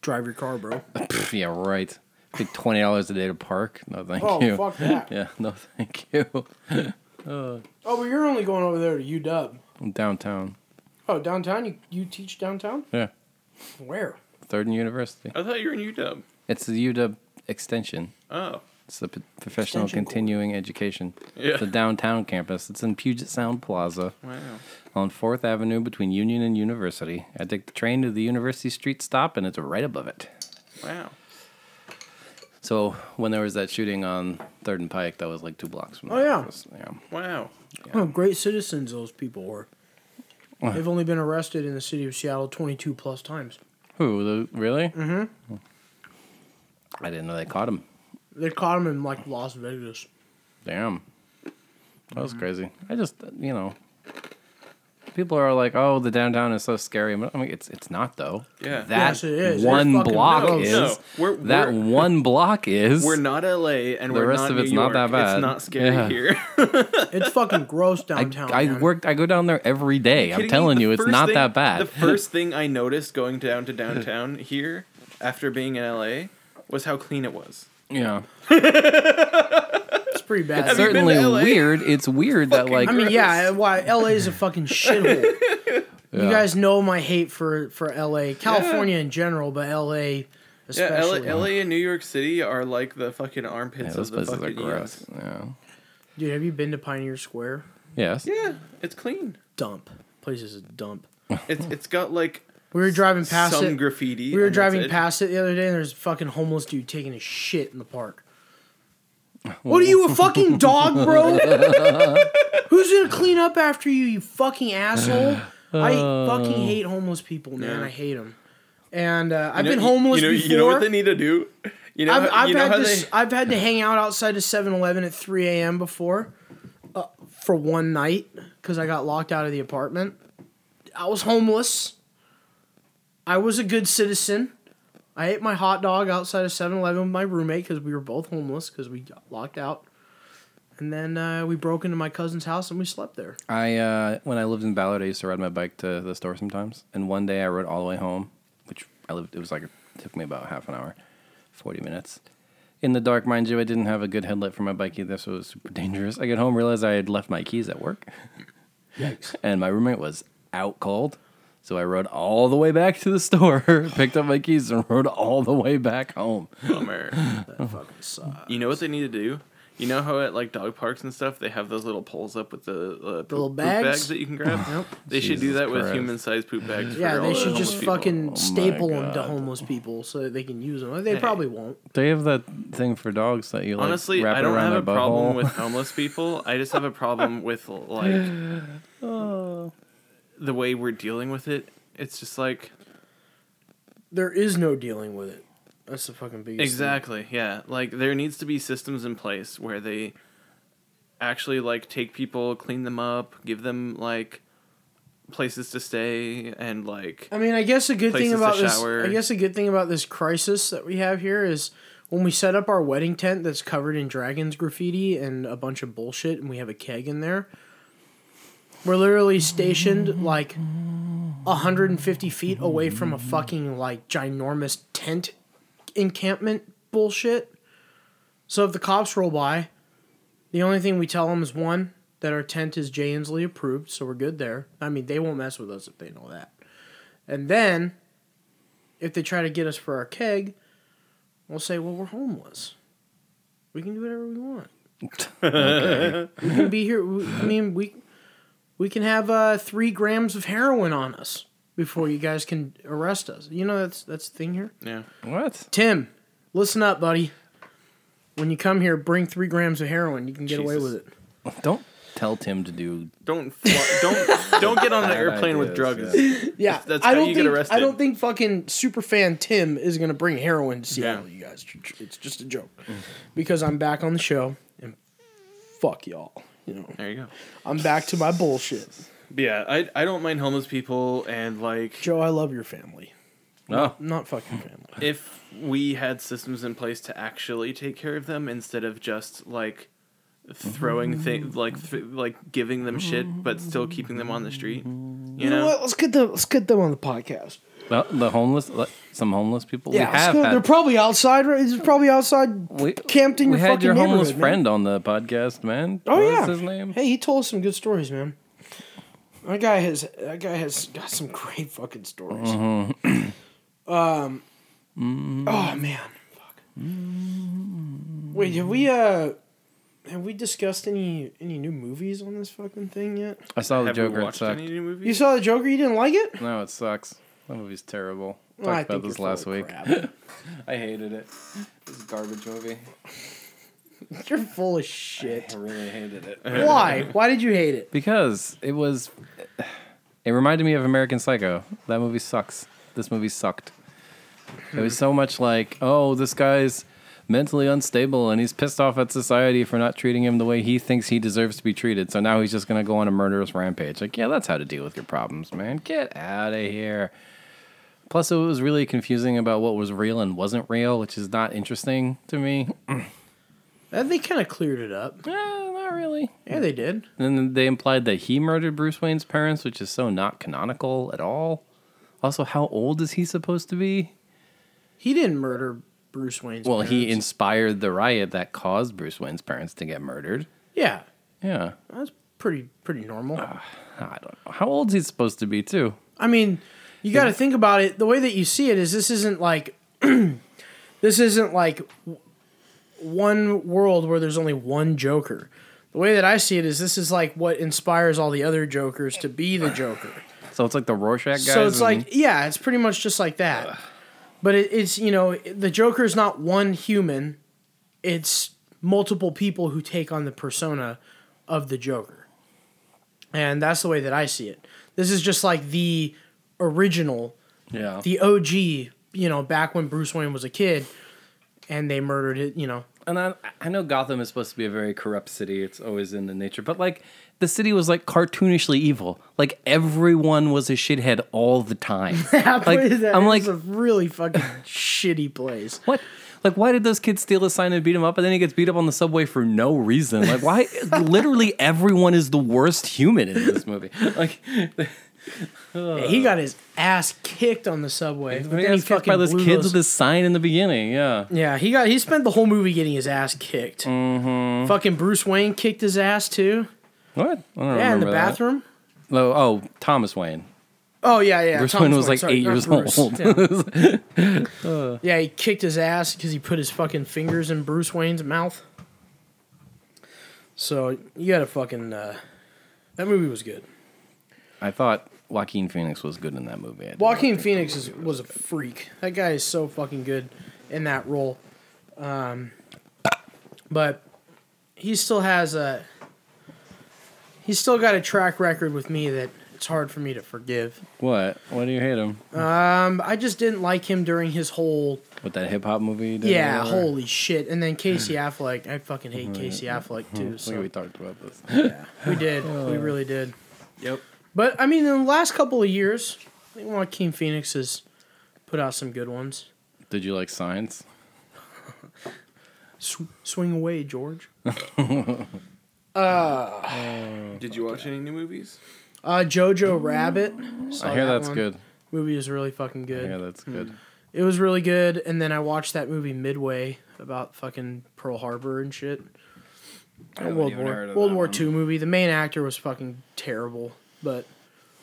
D: drive your car, bro.
C: Pff, yeah, right. Pay twenty dollars a day to park. No, thank
D: Oh
C: you.
D: fuck that.
C: Yeah, no, thank you.
D: Oh, but you're only going over there to UW.
C: I'm downtown.
D: Oh, downtown? You, you teach downtown?
C: Yeah,
D: Where?
C: Third and University.
B: I thought you were in UW.
C: It's the UW extension.
B: Oh.
C: It's the P- professional
D: Extension Corps.
C: continuing education.
B: Yeah.
C: The downtown campus. It's in Puget Sound Plaza.
B: Wow.
C: on Fourth Avenue between Union and University. I take the train to the University Street stop, and it's right above it.
B: Wow.
C: So when there was that shooting on Third and Pike, that was like two blocks from
D: Oh,
C: the
D: yeah.
C: house, yeah.
B: Wow.
D: Oh, great citizens those people were. They've only been arrested in the city of Seattle 22 plus times.
C: Who? The, really? Mm-hmm. I didn't know they caught him.
D: They caught him in like Las Vegas.
C: Damn. That
B: Mm-hmm.
C: was crazy. I just, you know, people are like, "Oh, the downtown is so scary." I'm like, it's it's not though.
B: Yeah.
C: That
D: Yes, it is. It's
C: one
D: fucking
C: block
D: gross.
C: is.
B: No, we're-
C: that
B: we're-
C: one block is.
B: We're not LA and
C: The
B: we're
C: rest
B: not
C: of it's
B: New York.
C: not that bad.
B: It's not scary
C: Yeah.
B: here.
D: It's fucking gross
C: I,
D: downtown.
C: I
D: man.
C: worked. I go down there every day. I'm
B: kidding
C: telling
B: me?
C: you,
B: The
C: it's
B: first
C: not
B: thing-
C: that bad.
B: The first thing I noticed going down to downtown here after being in LA was how clean it was.
C: yeah,
D: It's pretty bad.
B: Have you been
C: certainly
B: to LA?
C: weird. It's weird that like
D: I mean, yeah, why LA is a fucking shithole. You
C: Yeah.
D: guys know my hate for for LA, California in general, but LA
B: Yeah, LA,
D: especially.
B: LA and New York City are like the fucking
C: yeah,
B: armpits
C: those
B: of the
C: places
B: fucking
C: are
B: US.
C: gross. Yeah.
D: Dude, have you been to Pioneer Square?
C: Yes.
B: Yeah, it's clean.
D: Dump. Place is a dump.
B: It's it's got like
D: We were driving past
B: some
D: it.
B: graffiti.
D: we were
B: and that's
D: driving
B: it.
D: past it the other day, and there's a fucking homeless dude taking a shit in the park. What are you, a fucking dog, bro? Who's gonna clean up after you, you fucking asshole? I fucking hate homeless people, man.
B: Yeah.
D: I hate them. And uh, I've
B: You know-
D: been homeless
B: you know,
D: before.
B: You know what they need to do? You know,
D: I've,
B: how-
D: I've
B: you know
D: had
B: how
D: this.
B: they.
D: I've had to hang out outside of 7-Eleven at three a.m. before, uh, for one night because I got locked out of the apartment. I was homeless. I was a good citizen. I ate my hot dog outside of 7-Eleven with my roommate because we were both homeless because we got locked out. And then uh, we broke into my cousin's house and we slept there.
C: I uh, when I lived in Ballard, I used to ride my bike to the store sometimes. And one day I rode all the way home, which I lived. It was like it took me about half an hour, forty minutes. In the dark, mind you, I didn't have a good headlight for my bike either, so it was super dangerous. I get home, realized I had left my keys at work, and my roommate was out cold. So I rode all the way back to the store, picked up my keys, and rode all the way back home.
B: Bummer.
D: That fucking sucked.
B: You know what they need to do? You know how at like dog parks and stuff they have those little poles up with the, uh, poop,
D: little
B: poop
D: bags?
B: bags? that you can grab?
D: Yep.
B: They should do
C: Jesus
B: that with
C: Christ.
B: human-sized poop bags.
D: Yeah,
B: for all
D: they
B: the
D: should
B: homeless
D: just
B: people.
D: fucking
C: Oh my
D: staple them to
C: God.
D: homeless people so that they can use them. They probably won't.
C: They have that thing for dogs that you like
B: Honestly,
C: wrap
B: I
C: it
B: don't
C: around
B: have a
C: their
B: problem
C: butthole.
B: with homeless people. I just have a problem with like
C: Oh.
B: the way we're dealing with it. It's just like
D: there is no dealing with it. That's the fucking biggest.
B: exactly, yeah. Like there needs to be systems in place where they actually like take people, clean them up, give them like places to stay and like
D: Thing. I mean, I guess a good thing
B: Places to
D: about this.
B: shower.
D: I guess a good thing about this crisis that we have here is when we set up our wedding tent that's covered in dragons graffiti and a bunch of bullshit, and we have a keg in there. We're literally stationed like 150 feet away from a fucking like ginormous tent encampment bullshit. So if the cops roll by, the only thing we tell them is one that our tent is Jay Inslee approved, so we're good there. I mean, they won't mess with us if they know that. And then, if they try to get us for our keg, we'll say, "Well, we're homeless. We can do whatever we want. We can be here. we- I mean, we we can have uh, three grams of heroin on us before you guys can arrest us. You know, that's that's the thing here.
B: yeah.
C: What?
D: Tim, listen up, buddy. When you come here, bring three grams of heroin. You can get away
B: Jesus.
D: with it.
C: Don't tell Tim to do.
B: Don't fly, don't don't get on an airplane with
C: ideas,
B: drugs.
C: yeah.
D: Yeah,
B: That's- that's
D: I
B: how
D: don't
B: you get
D: think
B: arrested.
D: I don't think fucking superfan Tim is gonna bring heroin to Seattle.
B: Yeah.
D: You guys, it's just a joke because I'm back on the show and fuck y'all. You know,
B: There you go.
D: I'm back to my bullshit.
B: But yeah, I I don't mind homeless people and like
D: Joe, I love your family,
C: No.
D: not fucking family.
B: if we had systems in place to actually take care of them instead of just like throwing things like th- like giving them shit but still keeping them on the street you
D: You know
B: know
D: what? Let's get them. Let's get them on the podcast.
C: The, the homeless, like, some homeless people.
D: Yeah,
C: we
D: let's
C: have
D: go-
C: had,
D: they're probably outside. right? It's probably outside.
C: we,
D: camped in
C: we
D: your
C: had your
D: fucking
C: homeless
D: neighborhood,
C: friend on the podcast, man.
D: Oh
C: What's
D: yeah,
C: his name?
D: Hey, he told us some good stories, man. That guy has that guy has got some great fucking stories.
C: Mm-hmm.
D: um, oh man, fuck. Wait, have we uh, have we discussed any any new movies on this fucking thing yet?
C: I saw the
B: have
C: Joker.
B: we
C: It
B: watched
C: sucked.
B: any new
D: You
B: movies
D: saw the Joker? You didn't like it?
C: No, it sucks. That movie's terrible. Talked
D: Well, I
C: about
D: think
C: this
D: you're
C: last
D: full
C: week.
D: of crap.
C: I hated it. This garbage movie.
D: You're full of shit.
F: really hated it.
D: Why? Why did you hate it?
C: Because it was, it reminded me of American Psycho. That movie sucks. This movie sucked. It was so much like, oh, this guy's mentally unstable and he's pissed off at society for not treating him the way he thinks he deserves to be treated. So now he's just going to go on a murderous rampage. Like, yeah, that's how to deal with your problems, man. Get out of here. Plus, it was really confusing about what was real and wasn't real, which is not interesting to me.
D: Uh, They kind of cleared it up.
C: Eh, not really.
D: Yeah, they did.
C: And then they implied that he murdered Bruce Wayne's parents, which is so not canonical at all. Also, how old is he supposed to be?
D: He didn't murder Bruce Wayne's.
C: Well, he
D: parents.
C: inspired the riot that caused Bruce Wayne's parents to get murdered.
D: yeah,
C: Yeah.
D: that's pretty pretty normal.
C: I don't know. How old is he supposed to be, too?
D: I mean, you got to think about it. The way that you see it is this isn't like this isn't like w- one world where there's only one Joker. The way that I see it is this is like what inspires all the other Jokers to be the Joker.
C: So it's like the Rorschach guys.
D: so it's
C: and-
D: like yeah, it's pretty much just like that. But it, it's you know the Joker is not one human; it's multiple people who take on the persona of the Joker, and that's the way that I see it. This is just like the original
C: yeah.
D: the OG, you know, back when Bruce Wayne was a kid and they murdered it, you know.
C: And I, I know Gotham is supposed to be a very corrupt city. It's always in the nature. But like the city was like cartoonishly evil. Like everyone was a shithead all the time. like, I'm like,
D: a really fucking shitty place.
C: What? Like, why did those kids steal a sign and beat him up, and then he gets beat up on the subway for no reason? Like, why? Literally, everyone is the worst human in this movie. Like,
D: Yeah, he got his ass kicked on the subway. but
C: when he
D: then he
C: gets kicked
D: fucking
C: by those
D: blew
C: kids
D: those-
C: with this sign in the beginning. Yeah,
D: Yeah, he got he spent the whole movie getting his ass kicked.
C: Mm-hmm.
D: Fucking Bruce Wayne kicked his ass too.
C: what? I don't
D: Yeah, in the
C: remember that.
D: bathroom.
C: Oh, oh, Thomas Wayne.
D: Oh yeah, yeah.
C: Bruce
D: Thomas
C: Wayne was like
D: sorry,
C: eight
D: not
C: years
D: Bruce.
C: old.
D: Yeah. Yeah, he kicked his ass because he put his fucking fingers in Bruce Wayne's mouth. So you gotta fucking. Uh, that movie was good.
C: I thought Joaquin Phoenix was good in that movie. I did not
D: Joaquin
C: think-
D: Phoenix is, was a freak. That guy is so fucking good in that role. Um, but he still has a. He's still got a track record with me that it's hard for me to forgive.
C: What? Why do you hate him?
D: Um, I just didn't like him during his whole
C: With that hip hop movie? he did
D: Yeah,
C: or whatever?
D: holy shit. And then Casey Affleck. I fucking hate Casey Affleck too.
C: I think
D: So
C: we talked about this.
D: we did. We really did.
B: Yep.
D: But I mean, in the last couple of years, I think Joaquin Phoenix has put out some good ones.
C: Did you like Signs?
D: Sw- swing away, George.
C: Oh,
B: Did you watch any new movies?
D: Uh, Jojo Rabbit. Saw
C: I hear
D: that
C: that's
D: one.
C: good.
D: Movie is really fucking
C: I
D: good. Hmm.
C: hear that's good.
D: It was really good. And then I watched that movie Midway about fucking Pearl Harbor and shit.
F: haven't
D: World
F: even heard
D: War
F: of
D: World
F: that
D: War
F: one.
D: II movie. The main actor was fucking terrible, but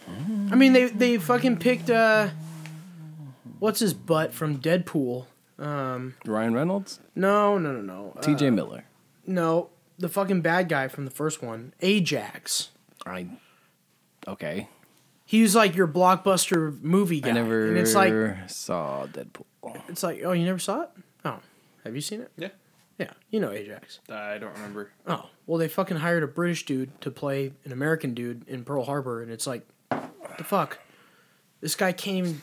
D: I mean they they fucking picked uh what's his butt from Deadpool. Um
C: Ryan Reynolds?
D: no, no, no, no. Uh,
C: TJ Miller.
D: No, the fucking bad guy from the first one, Ajax.
C: I. Okay.
D: He was like your blockbuster movie guy.
C: I never
D: and it's like
C: saw Deadpool.
D: it's like oh, you never saw it? Oh. Have you seen it?
B: Yeah.
D: Yeah, you know Ajax.
B: Uh, I don't remember.
D: Oh, well, they fucking hired a British dude to play an American dude in Pearl Harbor, and it's like, what the fuck? This guy can't even.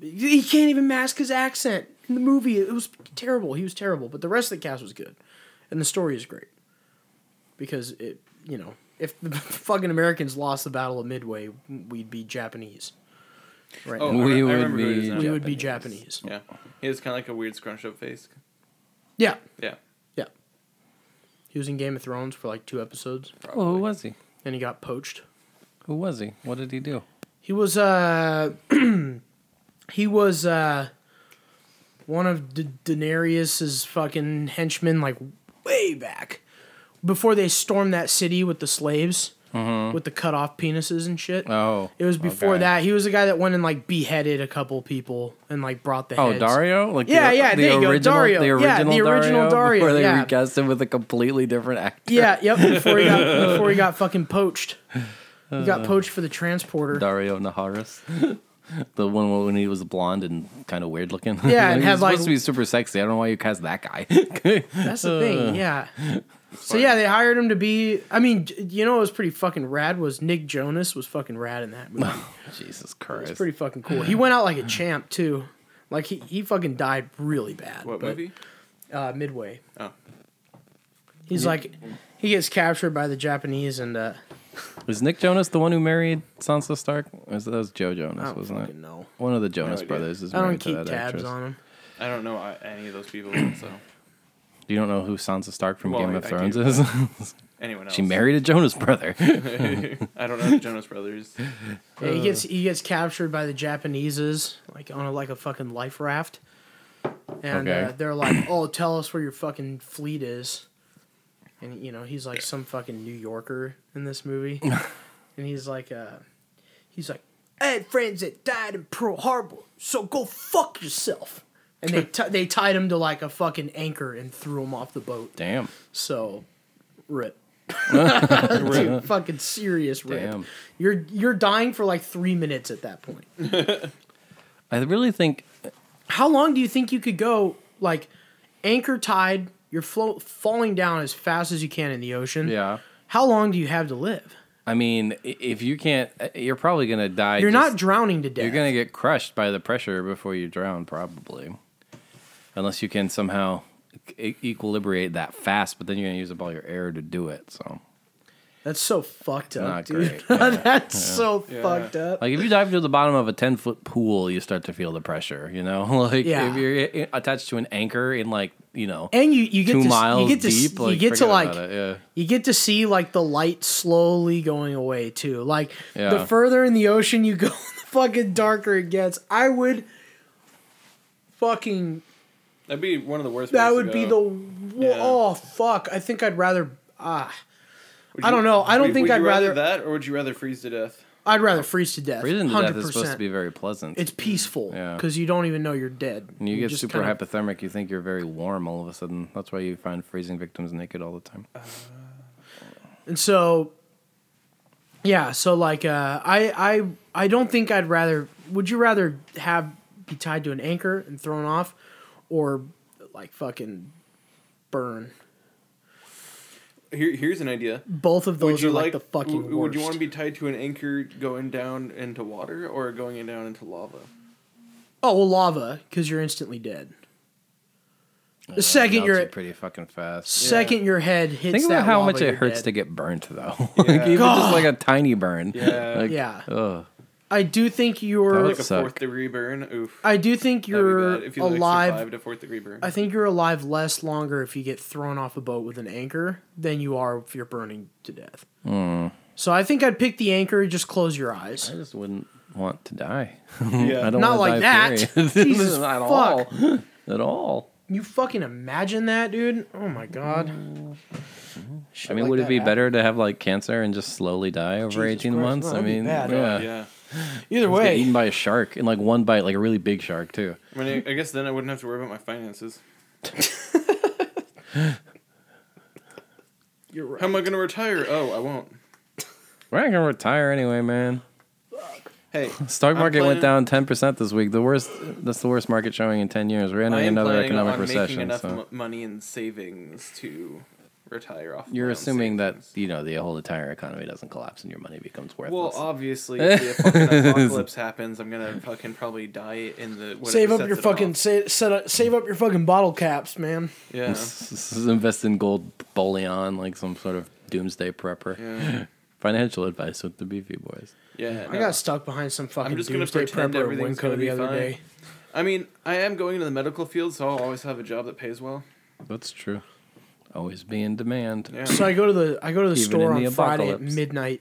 D: He can't even mask his accent in the movie. It was terrible. He was terrible, but the rest of the cast was good, and the story is great. Because it, you know, if the fucking Americans lost the Battle of Midway, we'd be Japanese. Right.
B: Oh,
D: now.
B: I,
C: We
B: re- I
C: would
B: remember who it is
C: be-
B: now.
D: we would be Japanese.
B: Yeah. He has kind of like a weird scrunched up face.
D: Yeah,
B: Yeah.
D: yeah. He was in Game of Thrones for like two episodes,
C: Oh, who was he?
D: and he got poached.
C: Who was he? What did he do?
D: He was uh he was uh one of D- Daenerys's fucking henchmen like way back before they stormed that city with the slaves with the cut off penises and shit.
C: Mm-hmm. Oh.
D: it was before
C: okay.
D: that. He was the guy that went and like beheaded a couple people and like brought the
C: Oh,
D: heads.
C: Dario? Like
D: Yeah, yeah, there you go,
C: original,
D: Dario.
C: The original
D: Yeah, the original Dario,
C: Before they
D: yeah.
C: recast him with a completely different actor.
D: Yeah, yep, before he got before he got fucking poached. He got poached for the transporter.
C: Dario Naharis. The one when he was blonde and kind of weird looking.
D: Yeah, and
C: he
D: had,
C: was
D: like-
C: supposed to be super sexy. I don't know why you cast that guy.
D: That's the
C: Uh,
D: thing, yeah. So yeah, they hired him to be. I mean, j- you know, what was pretty fucking rad. Was Nick Jonas was fucking rad in that movie.
C: Jesus Christ.
D: It's pretty fucking cool. He went out like a champ too. Like he, he fucking died really bad.
B: What
D: but,
B: movie?
D: Uh, Midway.
B: Oh.
D: He's like, he gets captured by the Japanese and uh,
C: Was Nick Jonas the one who married Sansa Stark? Or was that that was Joe Jonas,
D: I don't
C: wasn't it?
D: fucking know.
C: One of the Jonas
B: idea.
C: brothers is
D: I
C: married
D: don't
C: to
D: keep
C: that
D: tabs
C: actress.
D: on him.
B: I don't know uh, any of those people. So
C: You don't know who Sansa Stark from
B: Well,
C: Game
B: I-
C: of
B: I
C: Thrones
B: do.
C: is?
B: anyone else?
C: she married a Jonas brother.
B: I don't know the Jonas Brothers.
D: Yeah,
C: Uh.
D: he gets he gets captured by the Japaneses like on a, like a fucking life raft, and
C: Okay.
D: uh, they're like, "Oh, tell us where your fucking fleet is," and you know he's like some fucking New Yorker in this movie, and he's like, uh, he's like, "I had friends that died in Pearl Harbor, so go fuck yourself." And they t- they tied him to like a fucking anchor and threw him off the boat.
C: Damn.
D: So, rip. Dude, fucking serious rip.
C: Damn.
D: You're you're dying for like three minutes at that point.
C: I really think
D: How long do you think you could go like anchor tied? You're flo- falling down as fast as you can in the ocean.
C: Yeah.
D: How long do you have to live?
C: I mean, i- if you can't uh, you're probably gonna die.
D: You're
C: just-
D: not drowning to death.
C: You're gonna get crushed by the pressure before you drown, probably. Unless you can somehow e- equilibrate that fast, but then you're gonna use up all your air to do it. So,
D: That's so fucked up,
C: not
D: dude.
C: great. Yeah.
D: That's so fucked up.
C: like if you dive to the bottom of a ten foot pool, you start to feel the pressure. You know, like
D: Yeah.
C: if you're i- attached to an anchor in like you know
D: And you you get
C: two
D: to
C: miles
D: you get to
C: deep, like
D: you get to
C: forget
D: like
C: about it, yeah.
D: you get to see like the light slowly going away too. Like the
C: Yeah.
D: further in the ocean you go, the fucking darker it gets. I would fucking
B: That'd be one of the worst.
D: that
B: ways
D: would
B: to
D: be the
B: go.
D: wo- oh fuck. I think I'd rather ah
B: Would
D: I don't know. I don't
B: would-
D: think I'd
B: would you
D: rather-
B: that, or would you rather freeze to death?
D: I'd rather freeze to death.
C: Freezing to death is
D: 100%.
C: supposed to be very pleasant.
D: it's peaceful
C: Yeah.
D: because you don't even know you're dead.
C: and you get
D: just
C: super
D: kinda-
C: hypothermic. You think you're very warm all of a sudden. That's why you find freezing victims naked all the time.
D: Uh, And so, yeah. So like, uh, I I I don't think I'd rather. Would you rather have be tied to an anchor and thrown off, or like fucking burn?
B: Here, here's an idea.
D: Both of those
B: Would you
D: are like, the fucking
B: w-
D: worst.
B: Would you want to be tied to an anchor going down into water or going in down into lava?
D: oh well, lava because you're instantly dead. The second
C: Uh, Melts
D: your
C: you pretty fucking fast.
D: second your head hits
C: Think
D: that
C: about how
D: lava,
C: much
D: you're
C: it hurts
D: dead.
C: to get burnt, though. like, even
D: God.
C: just like a tiny burn.
B: Yeah.
C: Like,
D: Yeah.
C: ugh.
D: I do think
C: Oh. That
D: you're.
C: would
B: Like a
C: suck.
B: fourth degree burn. Oof.
D: I do think
B: That'd be
D: you're
B: bad. If you like,
D: alive
B: survived a fourth degree burn.
D: I think you're alive less longer if you get thrown off a boat with an anchor than you are if you're burning to death. So I think I'd pick the anchor. Just close your eyes.
C: Hmm. I just wouldn't want to die.
B: Yeah.
C: Hmm, I don't
D: Not
C: wanna
D: like
C: die,
D: that.
C: period.
D: Jesus,
C: Not at
D: fuck.
C: all. At all.
D: You fucking imagine that, dude? Oh my god. Shit
C: I mean,
D: like
C: would
D: that
C: it be
D: happen.
C: better to have like cancer and just slowly die over
D: Jesus
C: 18
D: Christ,
C: months?
D: no,
C: I
D: that'd be
C: mean,
D: bad.
C: yeah.
B: yeah.
D: Either
C: Just Get
D: way,
C: eaten by a shark in like one bite, like a really big shark, too.
B: I mean, I I guess then I wouldn't have to worry about my finances.
D: you're right.
B: How am I going to retire? Oh, I won't.
C: We're not going to retire anyway, man.
B: Hey,
C: Stock
B: I'm
C: market went down
B: planning-
C: 10% this week. The worst, that's the worst market showing in 10 years. We're
B: I
C: entering
B: am
C: another
B: planning
C: economic
B: on making
C: recession.
B: enough
C: so.
B: mo- money in savings to retire off.
C: You're assuming that you know the whole entire economy doesn't collapse and your money becomes worthless.
B: Well, uh, obviously, if the fucking apocalypse happens, I'm gonna fucking probably die in the. whatever
D: save up
B: sets
D: your
B: it
D: fucking
B: off.
D: sa- set up, save up your fucking bottle caps, man.
B: Yeah.
C: S- s- invest in gold bullion like some sort of doomsday prepper.
B: Yeah.
C: Financial advice with the Beefy Boys.
B: Yeah.
D: I
B: no.
D: got stuck behind some fucking
B: just gonna
D: doomsday
B: pretend
D: prepper at
B: everything's gonna
D: Winco
B: be
D: the other
B: fine.
D: day.
B: I mean, I am going into the medical field, so I'll always have a job that pays well.
C: That's true. Always be in demand.
B: Yeah.
D: So I go to the I go to the
C: Even
D: store
C: in
D: on
C: the
D: Friday at
C: apocalypse.
D: midnight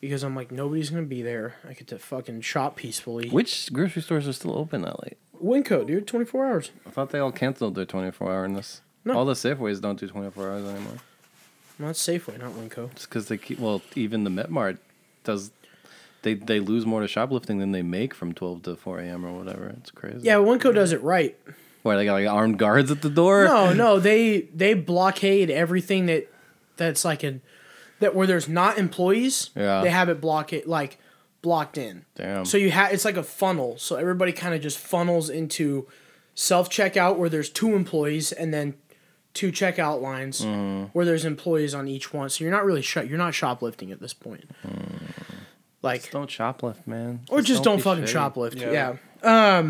D: because I'm like nobody's gonna be there. I get to fucking shop peacefully.
C: Which grocery stores are still open that late?
D: Winco, dude, 24 hours.
C: I thought they all canceled their 24 hourness.
D: No.
C: All the Safeways don't do 24 hours anymore.
D: Not Safeway, not Winco.
C: Just because they keep, well, even the Metmart does, they, they lose more to shoplifting than they make from 12 to 4 a.m. or whatever. It's crazy.
D: Yeah, Winco does it right.
C: Where they got like armed guards at the door?
D: No, no, they they blockade everything that that's like an that where there's not employees.
C: Yeah.
D: They have it blockade like blocked in.
C: Damn.
D: So you have it's like a funnel. So everybody kind of just funnels into self checkout where there's two employees and then two checkout lines where there's employees on each one. So you're not really shut. You're not shoplifting at this point. Like
C: don't shoplift, man.
D: or just don't,
C: be
D: fucking
C: shitty.
D: shoplift.
B: Yeah.
D: yeah.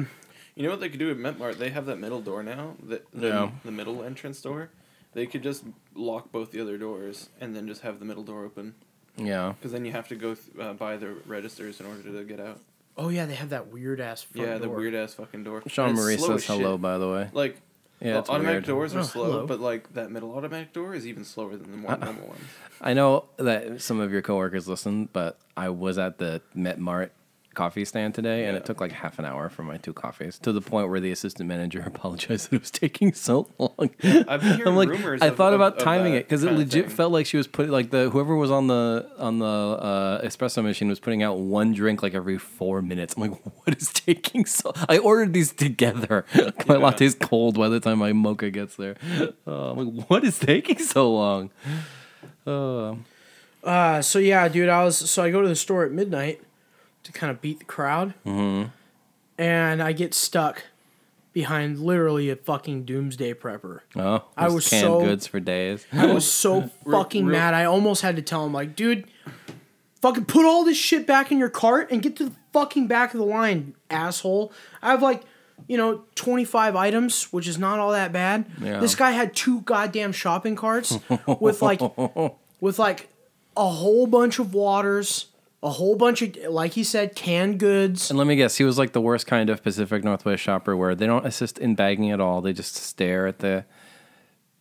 B: You know what they could do at Metmart? They have that middle door now, the the,
C: Yeah.
B: the middle entrance door. They could just lock both the other doors and then just have the middle door open.
C: Yeah.
B: Because then you have to go th- uh, by the registers in order to get out.
D: Oh yeah, they have that weird ass. front
B: yeah, the
D: door.
B: weird ass fucking door.
C: Sean
B: And it's
C: Marie
B: slow
C: says
B: as shit.
C: hello, by the way.
B: Like,
C: Yeah,
B: the
C: it's
B: automatic
C: weird.
B: doors are
D: Oh,
B: slow,
D: hello.
B: but like that middle automatic door is even slower than the more normal ones.
C: I know that some of your coworkers listen, but I was at the Met Mart coffee stand today, and it
B: Yeah.
C: took like half an hour for my two coffees to the point where the assistant manager apologized that it was taking so long.
B: I've been hearing
C: I'm like,
B: rumors.
C: I
B: of-
C: thought
B: of-
C: about
B: of
C: timing
B: that
C: it because it
B: kinda
C: legit
B: thing.
C: felt like she was putting like the whoever was on the on the uh, espresso machine was putting out one drink like every four minutes. I'm like, what is taking so? I ordered these together. my latte's cold by the time my mocha gets there. Uh, I'm like, what is taking so long? Uh,
D: Uh, so yeah, dude, I was so I go to the store at midnight to kind of beat the crowd, and I get stuck behind literally a fucking doomsday prepper.
C: oh,
D: I
C: there's
D: was
C: canned
D: so-
C: goods for days.
D: I was so fucking
B: real-
D: mad. I almost had to tell him like, dude, fucking put all this shit back in your cart and get to the fucking back of the line, asshole. I have like, you know, twenty five items, which is not all that bad.
C: Yeah.
D: This guy had two goddamn shopping carts with like, with like, a whole bunch of waters, a whole bunch of like he said, canned goods.
C: And let me guess, he was like the worst kind of Pacific Northwest shopper where they don't assist in bagging at all. They just stare at the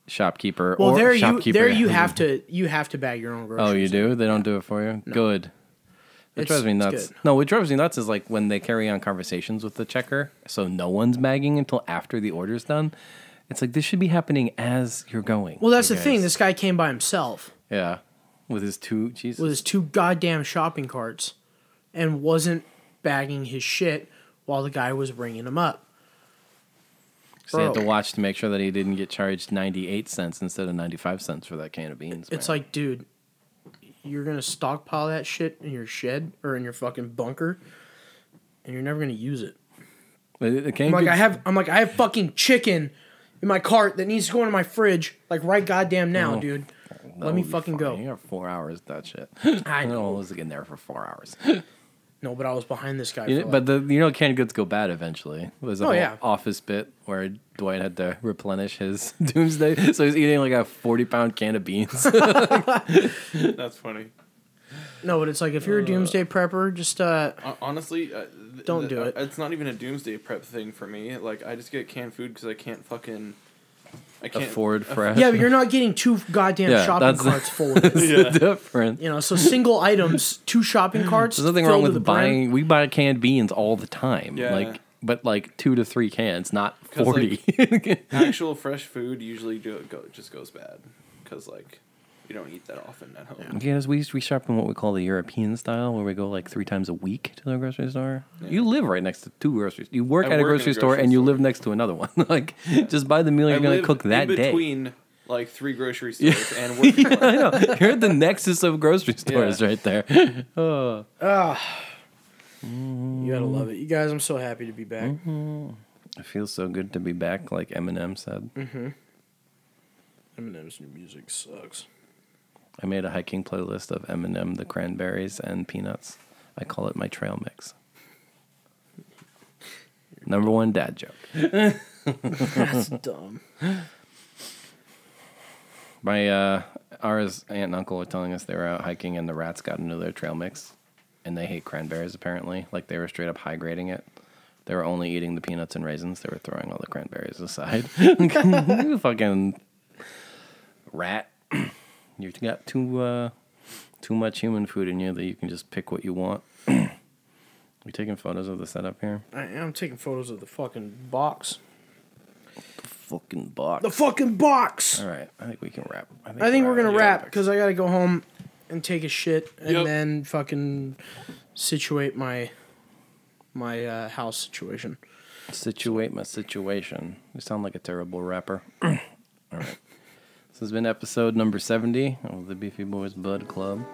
C: shopkeeper
D: Well,
C: or
D: there you
C: shopkeeper.
D: there you have to you have to bag your own groceries.
C: Oh, you do? They don't do it for you? Good. It
D: It's-
C: drives me
D: it's
C: nuts.
D: good.
C: No, what drives me nuts is like when they carry on conversations with the checker, so no one's bagging until after the order's done. It's like this should be happening as you're going.
D: Well, that's
C: you
D: the thing.
C: guys.
D: This guy came by himself.
C: yeah, with his two Jesus.
D: with his two goddamn shopping carts and wasn't bagging his shit while the guy was ringing him up.
C: so he had to
D: bro.
C: watch to make sure that he didn't get charged ninety eight cents instead of ninety five cents for that can of beans.
D: It's
C: man.
D: like, dude, you're gonna stockpile that shit in your shed or in your fucking bunker, and you're never gonna use it.
C: the, the canned
D: I'm like,
C: goods-
D: I have, I'm like, I have fucking chicken in my cart that needs to go into my fridge, like right goddamn now,
C: Oh.
D: dude.
C: That
D: Let me
C: would be
D: fucking
C: fine.
D: go.
C: You got four hours of that shit.
D: I know.
C: I was in there for four hours.
D: No, but I was behind this guy. for
C: You know,
D: like-
C: but the you know canned goods go bad eventually. There's a
D: Oh,
C: whole
D: yeah.
C: office bit where Dwight had to replenish his doomsday, so he's eating like a forty pound can of beans.
B: That's funny.
D: no, but it's like if you're
C: Uh,
D: a doomsday prepper, just uh,
B: Hon- Honestly, uh, th-
D: Don't
B: th-
D: do it.
B: It's not even a doomsday prep thing for me. Like I just get canned food because I can't fucking. I can't
C: Afford fresh.
D: yeah, but you're not getting two goddamn
C: Yeah,
D: shopping
C: that's-
D: carts full of it.
C: That's
B: Yeah.
C: the difference.
D: You know, so single items, two shopping carts.
C: There's nothing
D: filled
C: wrong
D: to the
C: with
D: brim.
C: buying. We buy canned beans all the time.
B: Yeah.
C: Like, but like two to three cans, not
B: 'Cause,
C: forty.
B: actual fresh food usually do go just goes bad because like you don't eat that often at home.
C: Yes, we we shop in what we call the European style, where we go like three times a week to the grocery store. You live right next to two groceries. You work
B: I
C: at a
B: work in a
C: grocery store
B: grocery
C: and you
B: store.
C: live next to another one. like, just buy the meal you're
B: I
C: going
B: live
C: to cook that
B: in
C: day.
B: between like three grocery stores and work. from home.
C: You're at the nexus of grocery stores
B: Yeah.
C: right there.
D: You gotta love it, you guys. I'm so happy to be back.
C: It feels so good to be back, like Eminem said.
D: Eminem's new music sucks.
C: I made a hiking playlist of Eminem, the Cranberries, and Peanuts. I call it my trail mix. Number one dad joke.
D: That's dumb.
C: My uh, Ara's aunt and uncle were telling us they were out hiking and the rats got into their trail mix, and they hate cranberries apparently. Like they were straight up high grading it. They were only eating the peanuts and raisins. They were throwing all the cranberries aside. You fucking rat! you got too uh, too much human food in you that you can just pick what you want. we taking photos of the setup here.
D: I am taking photos of the fucking box.
C: Fucking box.
D: The fucking box.
C: all right, I think we can wrap.
D: I think we're
C: out.
D: gonna
B: Yeah.
D: wrap because I gotta go home and take a shit and
B: Yep.
D: then fucking situate my my uh, house situation.
C: Situate my situation. You sound like a terrible rapper. All right. This has been episode number 70 of the Beefy Boys Bud Club.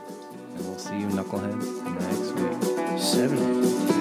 C: And we'll see you, knuckleheads, next week.
D: seven.